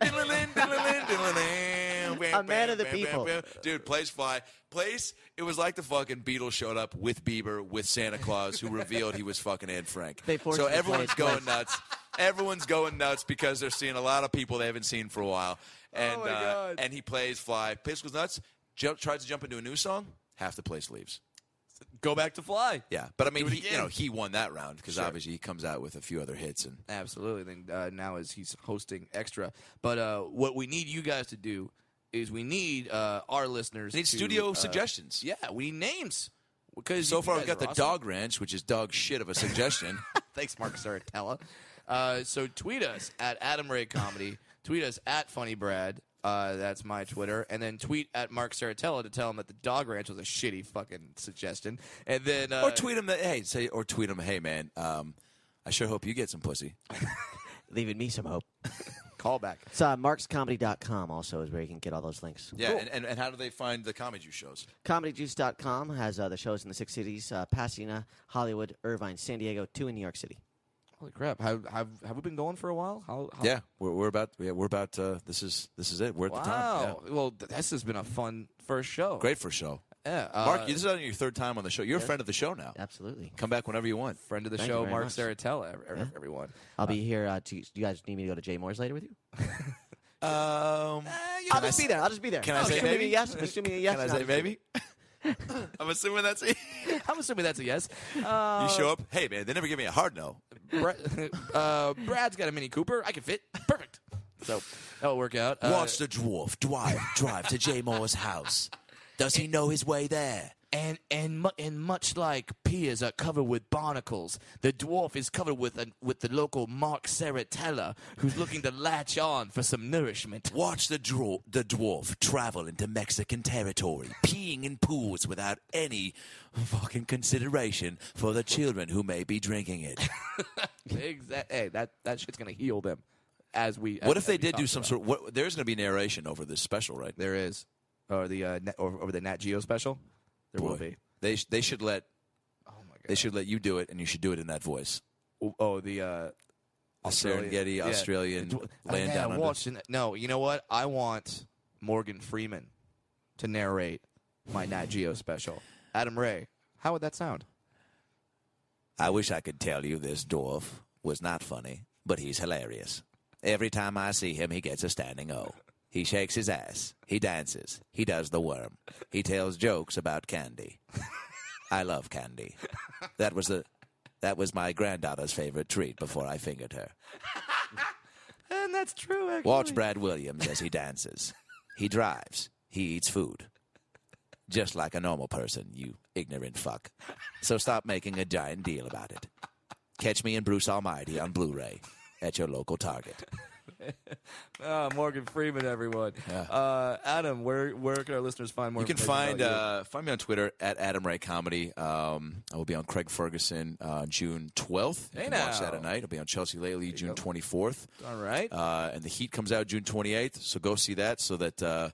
Speaker 3: A
Speaker 4: A man of the people.
Speaker 3: Dude, place fly. Place. It was like the fucking Beatles showed up with Bieber, with Santa Claus, who revealed he was fucking Anne Frank.
Speaker 4: They forced
Speaker 3: so
Speaker 4: him to play
Speaker 3: everyone's
Speaker 4: it
Speaker 3: going
Speaker 4: twice.
Speaker 3: nuts. Everyone's going nuts because they're seeing a lot of people they haven't seen for a while.
Speaker 4: Oh
Speaker 3: And
Speaker 1: my
Speaker 3: uh,
Speaker 1: God.
Speaker 3: and he plays fly. Place goes nuts. Jump, tries to jump into a new song. Half the place leaves.
Speaker 1: Go back to fly.
Speaker 3: Yeah, but I mean,
Speaker 1: it
Speaker 3: he, you
Speaker 1: again.
Speaker 3: know, he won that round because obviously he comes out with a few other hits and
Speaker 1: Absolutely. Then uh, now is he's hosting extra. But uh, what we need you guys to do is we need uh, our listeners.
Speaker 3: We need
Speaker 1: to,
Speaker 3: studio
Speaker 1: uh,
Speaker 3: suggestions.
Speaker 1: Yeah, we need names because
Speaker 3: So
Speaker 1: you
Speaker 3: far,
Speaker 1: guys
Speaker 3: we've got
Speaker 1: are
Speaker 3: the
Speaker 1: awesome.
Speaker 3: dog ranch, which is dog shit of a suggestion.
Speaker 1: Thanks, Mark Saratella. Uh, so tweet us at Adam Ray Comedy. tweet us at Funny Brad. Uh, that's my Twitter. And then tweet at Mark Saratella to tell him that the dog ranch was a shitty fucking suggestion. And then uh,
Speaker 3: or tweet him that hey say or tweet him hey man um, I sure hope you get some pussy.
Speaker 4: Leaving me some hope.
Speaker 1: callback.
Speaker 4: It's uh, markscomedy.com also is where you can get all those links.
Speaker 3: Yeah, and, and, and how do they find the comedy juice shows?
Speaker 4: ComedyJuice.com has uh, the shows in the six cities uh, Pasadena, Hollywood, Irvine, San Diego, two in New York City.
Speaker 1: Holy crap! Have, have have we been going for a while? How, how
Speaker 3: Yeah, we're, we're about yeah we're about uh, this is this is it. We're at the time. Yeah.
Speaker 1: Wow. Well, th- this has been a fun first show.
Speaker 3: Great for show.
Speaker 1: Yeah, uh,
Speaker 3: Mark, this is on your third time on the show. You're a friend of the show now.
Speaker 4: Absolutely.
Speaker 3: Come back whenever you want.
Speaker 1: friend of the
Speaker 4: Thank you
Speaker 1: show,
Speaker 4: very
Speaker 1: Mark
Speaker 4: much.
Speaker 1: Saratella. ev- ev- Everyone.
Speaker 4: I'll be here. Uh, to, do you guys need me to go to Jay Moore's later with you?
Speaker 3: Um,
Speaker 4: I'll just be there. I'll just be there.
Speaker 3: Can I say
Speaker 4: assuming
Speaker 3: maybe?
Speaker 4: a yes? Assuming a yes.
Speaker 3: Can I
Speaker 4: not
Speaker 3: say
Speaker 4: a-
Speaker 3: maybe? I'm assuming that's it.
Speaker 1: I'm assuming that's a yes.
Speaker 3: you
Speaker 1: Uh,
Speaker 3: show up. Hey man, they never give me a hard no.
Speaker 1: Brad, uh, Brad's got a Mini Cooper. I can fit. Perfect. So that'll work out. Uh,
Speaker 3: Watch the dwarf drive drive to Jay Moore's house. Does he know his way there?
Speaker 1: and and mu- and much like piers are covered with barnacles, the dwarf is covered with a, with the local Mark Saratella, who's looking to latch on for some nourishment.
Speaker 3: Watch the, dro- the dwarf travel into Mexican territory, peeing in pools without any fucking consideration for the children who may be drinking it.
Speaker 1: exactly. Hey, that that shit's gonna heal them. As we.
Speaker 3: what if they did do some sort? Of, what, there's going to be narration over this special, right?
Speaker 1: There is, or the uh, net, or, over the Nat Geo special. There will
Speaker 3: Boy,
Speaker 1: be.
Speaker 3: They sh- they should let
Speaker 1: Oh my god.
Speaker 3: they should let you do it, and you should do it in that voice.
Speaker 1: Oh, oh, the uh,
Speaker 3: The
Speaker 1: Australia-
Speaker 3: Serengeti,
Speaker 1: yeah.
Speaker 3: Australian
Speaker 1: I
Speaker 3: land
Speaker 1: mean,
Speaker 3: down
Speaker 1: I
Speaker 3: under.
Speaker 1: watched an- no, you know what? I want Morgan Freeman to narrate my Nat Geo special. Adam Ray. How would that sound?
Speaker 3: I wish I could tell you this dwarf was not funny, but he's hilarious. Every time I see him, he gets a standing O. He shakes his ass. He dances. He does the worm. He tells jokes about candy. I love candy. That was the that was my granddaughter's favorite treat before I fingered her.
Speaker 1: And that's true. Actually.
Speaker 3: Watch Brad Williams as he dances. He drives. He eats food. Just like a normal person, you ignorant fuck. So stop making a giant deal about it. Catch me and Bruce Almighty on Blu ray at your local Target.
Speaker 1: Uh, Morgan Freeman, everyone. Uh, Adam, where where can our listeners find more?
Speaker 3: You can
Speaker 1: information
Speaker 3: find
Speaker 1: about
Speaker 3: uh, find me on Twitter at Adam Ray Comedy. Um, I will be on Craig Ferguson uh, June 12th.
Speaker 1: Hey
Speaker 3: you can watch
Speaker 1: now.
Speaker 3: that at night. I'll be on Chelsea Lately June 24th.
Speaker 1: All right.
Speaker 3: Uh, and The Heat comes out June 28th, so go see that so that. Uh,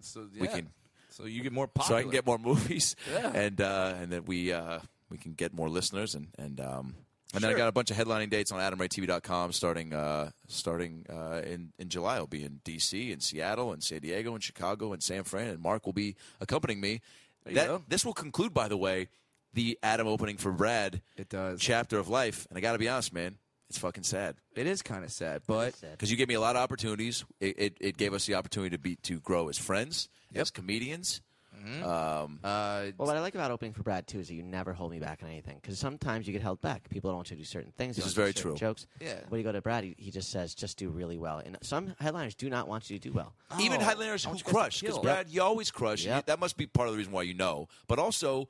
Speaker 1: so,
Speaker 3: we
Speaker 1: yeah.
Speaker 3: can-
Speaker 1: So you get more
Speaker 3: so
Speaker 1: popular.
Speaker 3: I can get more movies,
Speaker 1: Yeah.
Speaker 3: and uh, and that we uh, we can get more listeners, and and um, and then I
Speaker 1: Sure.
Speaker 3: got a bunch of headlining dates on AdamRayTV.com starting uh, starting uh, in in July. I'll be in D.C. and Seattle and San Diego and Chicago and San Fran, and Mark will be accompanying me.
Speaker 1: you go.
Speaker 3: this will conclude, by the way, the Adam opening for Brad
Speaker 1: It does.
Speaker 3: chapter of life, and I got to be honest, man, it's fucking sad
Speaker 1: It is kind of sad, but
Speaker 3: because you gave me a lot of opportunities. It, it, it gave us the opportunity to be to grow as friends, as comedians.
Speaker 1: Mm-hmm.
Speaker 3: Um,
Speaker 1: uh,
Speaker 4: Well, what I like about opening for Brad too is that you never hold me back on anything because sometimes you get held back. People don't want you to do certain things. they
Speaker 3: This
Speaker 4: don't
Speaker 3: is
Speaker 4: want you
Speaker 3: very
Speaker 4: to do certain
Speaker 3: true.
Speaker 4: Jokes.
Speaker 1: Yeah.
Speaker 4: When you go to Brad, he, he just says, "Just do really well." And some headliners do not want you to do well.
Speaker 3: Even
Speaker 1: Oh,
Speaker 3: headliners
Speaker 1: I
Speaker 3: who
Speaker 1: want you guys to
Speaker 3: crush, because
Speaker 1: kill.
Speaker 3: Brad, you always crush.
Speaker 4: Yep.
Speaker 3: That must be part of the reason why you know. But also,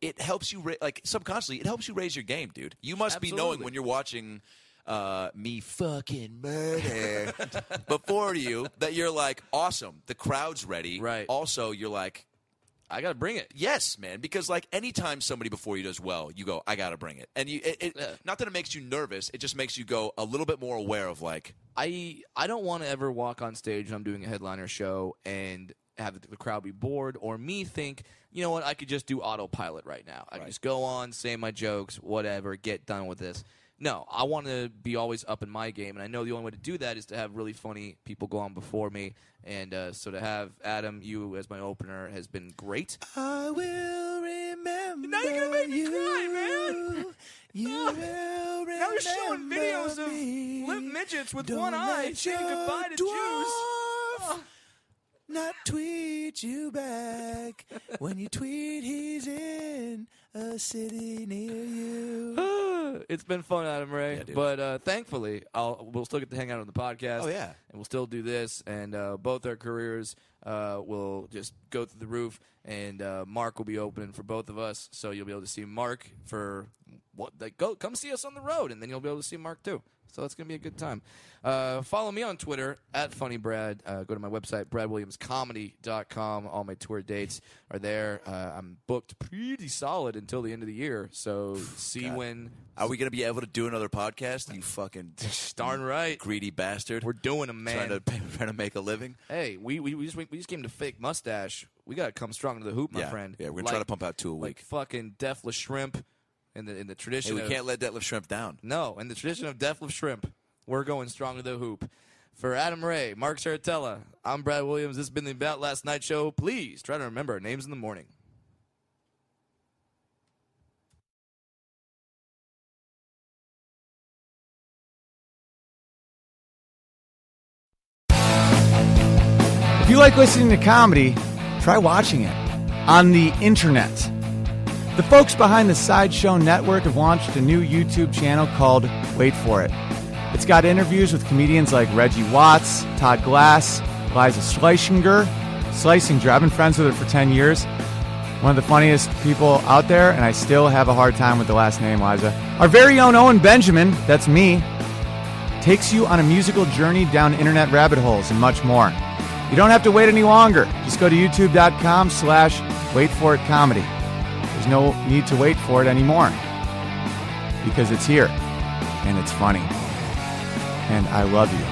Speaker 3: it helps you ra- like subconsciously. It helps you raise your game, dude. You must be knowing
Speaker 1: Absolutely.
Speaker 3: when you're watching uh, me fucking murder before you that you're like awesome. The crowd's ready.
Speaker 1: Right.
Speaker 3: Also, you're like
Speaker 1: I gotta bring it.
Speaker 3: Yes, man. Because like anytime somebody before you does well, you go, I gotta bring it. And you, it, it,
Speaker 1: Yeah.
Speaker 3: not that it makes you nervous, it just makes you go a little bit more aware of like,
Speaker 1: I I don't want to ever walk on stage when I'm doing a headliner show and have the crowd be bored or me think, you know what, I could just do autopilot right now. I can just go on, say my jokes, whatever, get done with this. No, I want to be always up in my game, and I know the only way to do that is to have really funny people go on before me. And uh, so to have Adam, you as my opener, has been great.
Speaker 3: I will remember.
Speaker 1: Now you're gonna make me cry, man.
Speaker 3: You
Speaker 1: Ugh.
Speaker 3: will remember.
Speaker 1: Now you're showing videos of
Speaker 3: me.
Speaker 1: limp midgets with
Speaker 3: Don't
Speaker 1: one eye
Speaker 3: let
Speaker 1: saying
Speaker 3: your
Speaker 1: goodbye to Jews.
Speaker 3: dwarf Not tweet you back when you tweet he's in a city near you.
Speaker 1: it's been fun, Adam Ray.
Speaker 3: Yeah, dude.
Speaker 1: but uh, thankfully, I'll, we'll still get to hang out on the podcast.
Speaker 3: Oh, yeah.
Speaker 1: and we'll still do this, and uh, both our careers uh, will just go through the roof. And uh, Mark will be opening for both of us, so you'll be able to see Mark for what, like, go come see us on the road, and then you'll be able to see Mark too. So it's gonna be a good time. Uh, follow me on Twitter at funnybrad. Uh, go to my website bradwilliamscomedy.com. All my tour dates are there. Uh, I'm booked pretty solid until the end of the year. So see when.
Speaker 3: Are we going to be able to do another podcast? You fucking
Speaker 1: Darn right,
Speaker 3: greedy bastard.
Speaker 1: we're doing them, man.
Speaker 3: trying to trying to make a living.
Speaker 1: Hey, we, we, we just we just came to fake mustache. We gotta come strong to the hoop, my
Speaker 3: yeah,
Speaker 1: friend.
Speaker 3: yeah. We're gonna try to pump out two a
Speaker 1: like uh,
Speaker 3: week.
Speaker 1: fucking Def La Shrimp in the in the
Speaker 3: Hey,
Speaker 1: tradition.
Speaker 3: we
Speaker 1: of,
Speaker 3: can't let Detlef Shrimp down.
Speaker 1: No, in the tradition of Def La Shrimp, we're going strong to the hoop. For Adam Ray, Mark Saratella, I'm Brad Williams. This has been the About Last Night show. Please try to remember our names in the morning.
Speaker 5: If you like listening to comedy, try watching it on the internet. The folks behind the Sideshow Network have launched a new YouTube channel called Wait For It. It's got interviews with comedians like Reggie Watts, Todd Glass, Liza Schleichinger, Schlesinger. I've been friends with her for 10 years. One of the funniest people out there, and I still have a hard time with the last name, Liza. Our very own Owen Benjamin, that's me, takes you on a musical journey down internet rabbit holes and much more. You don't have to wait any longer. Just go to youtube.com slash wait for it comedy. There's no need to wait for it anymore because it's here and it's funny. And I love you.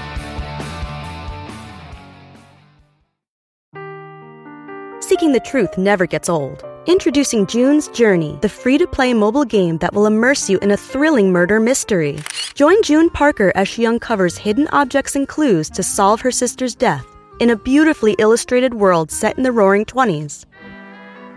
Speaker 6: Seeking the truth never gets old. Introducing June's Journey, the free to play mobile game that will immerse you in a thrilling murder mystery. Join June Parker as she uncovers hidden objects and clues to solve her sister's death in a beautifully illustrated world set in the roaring 20s.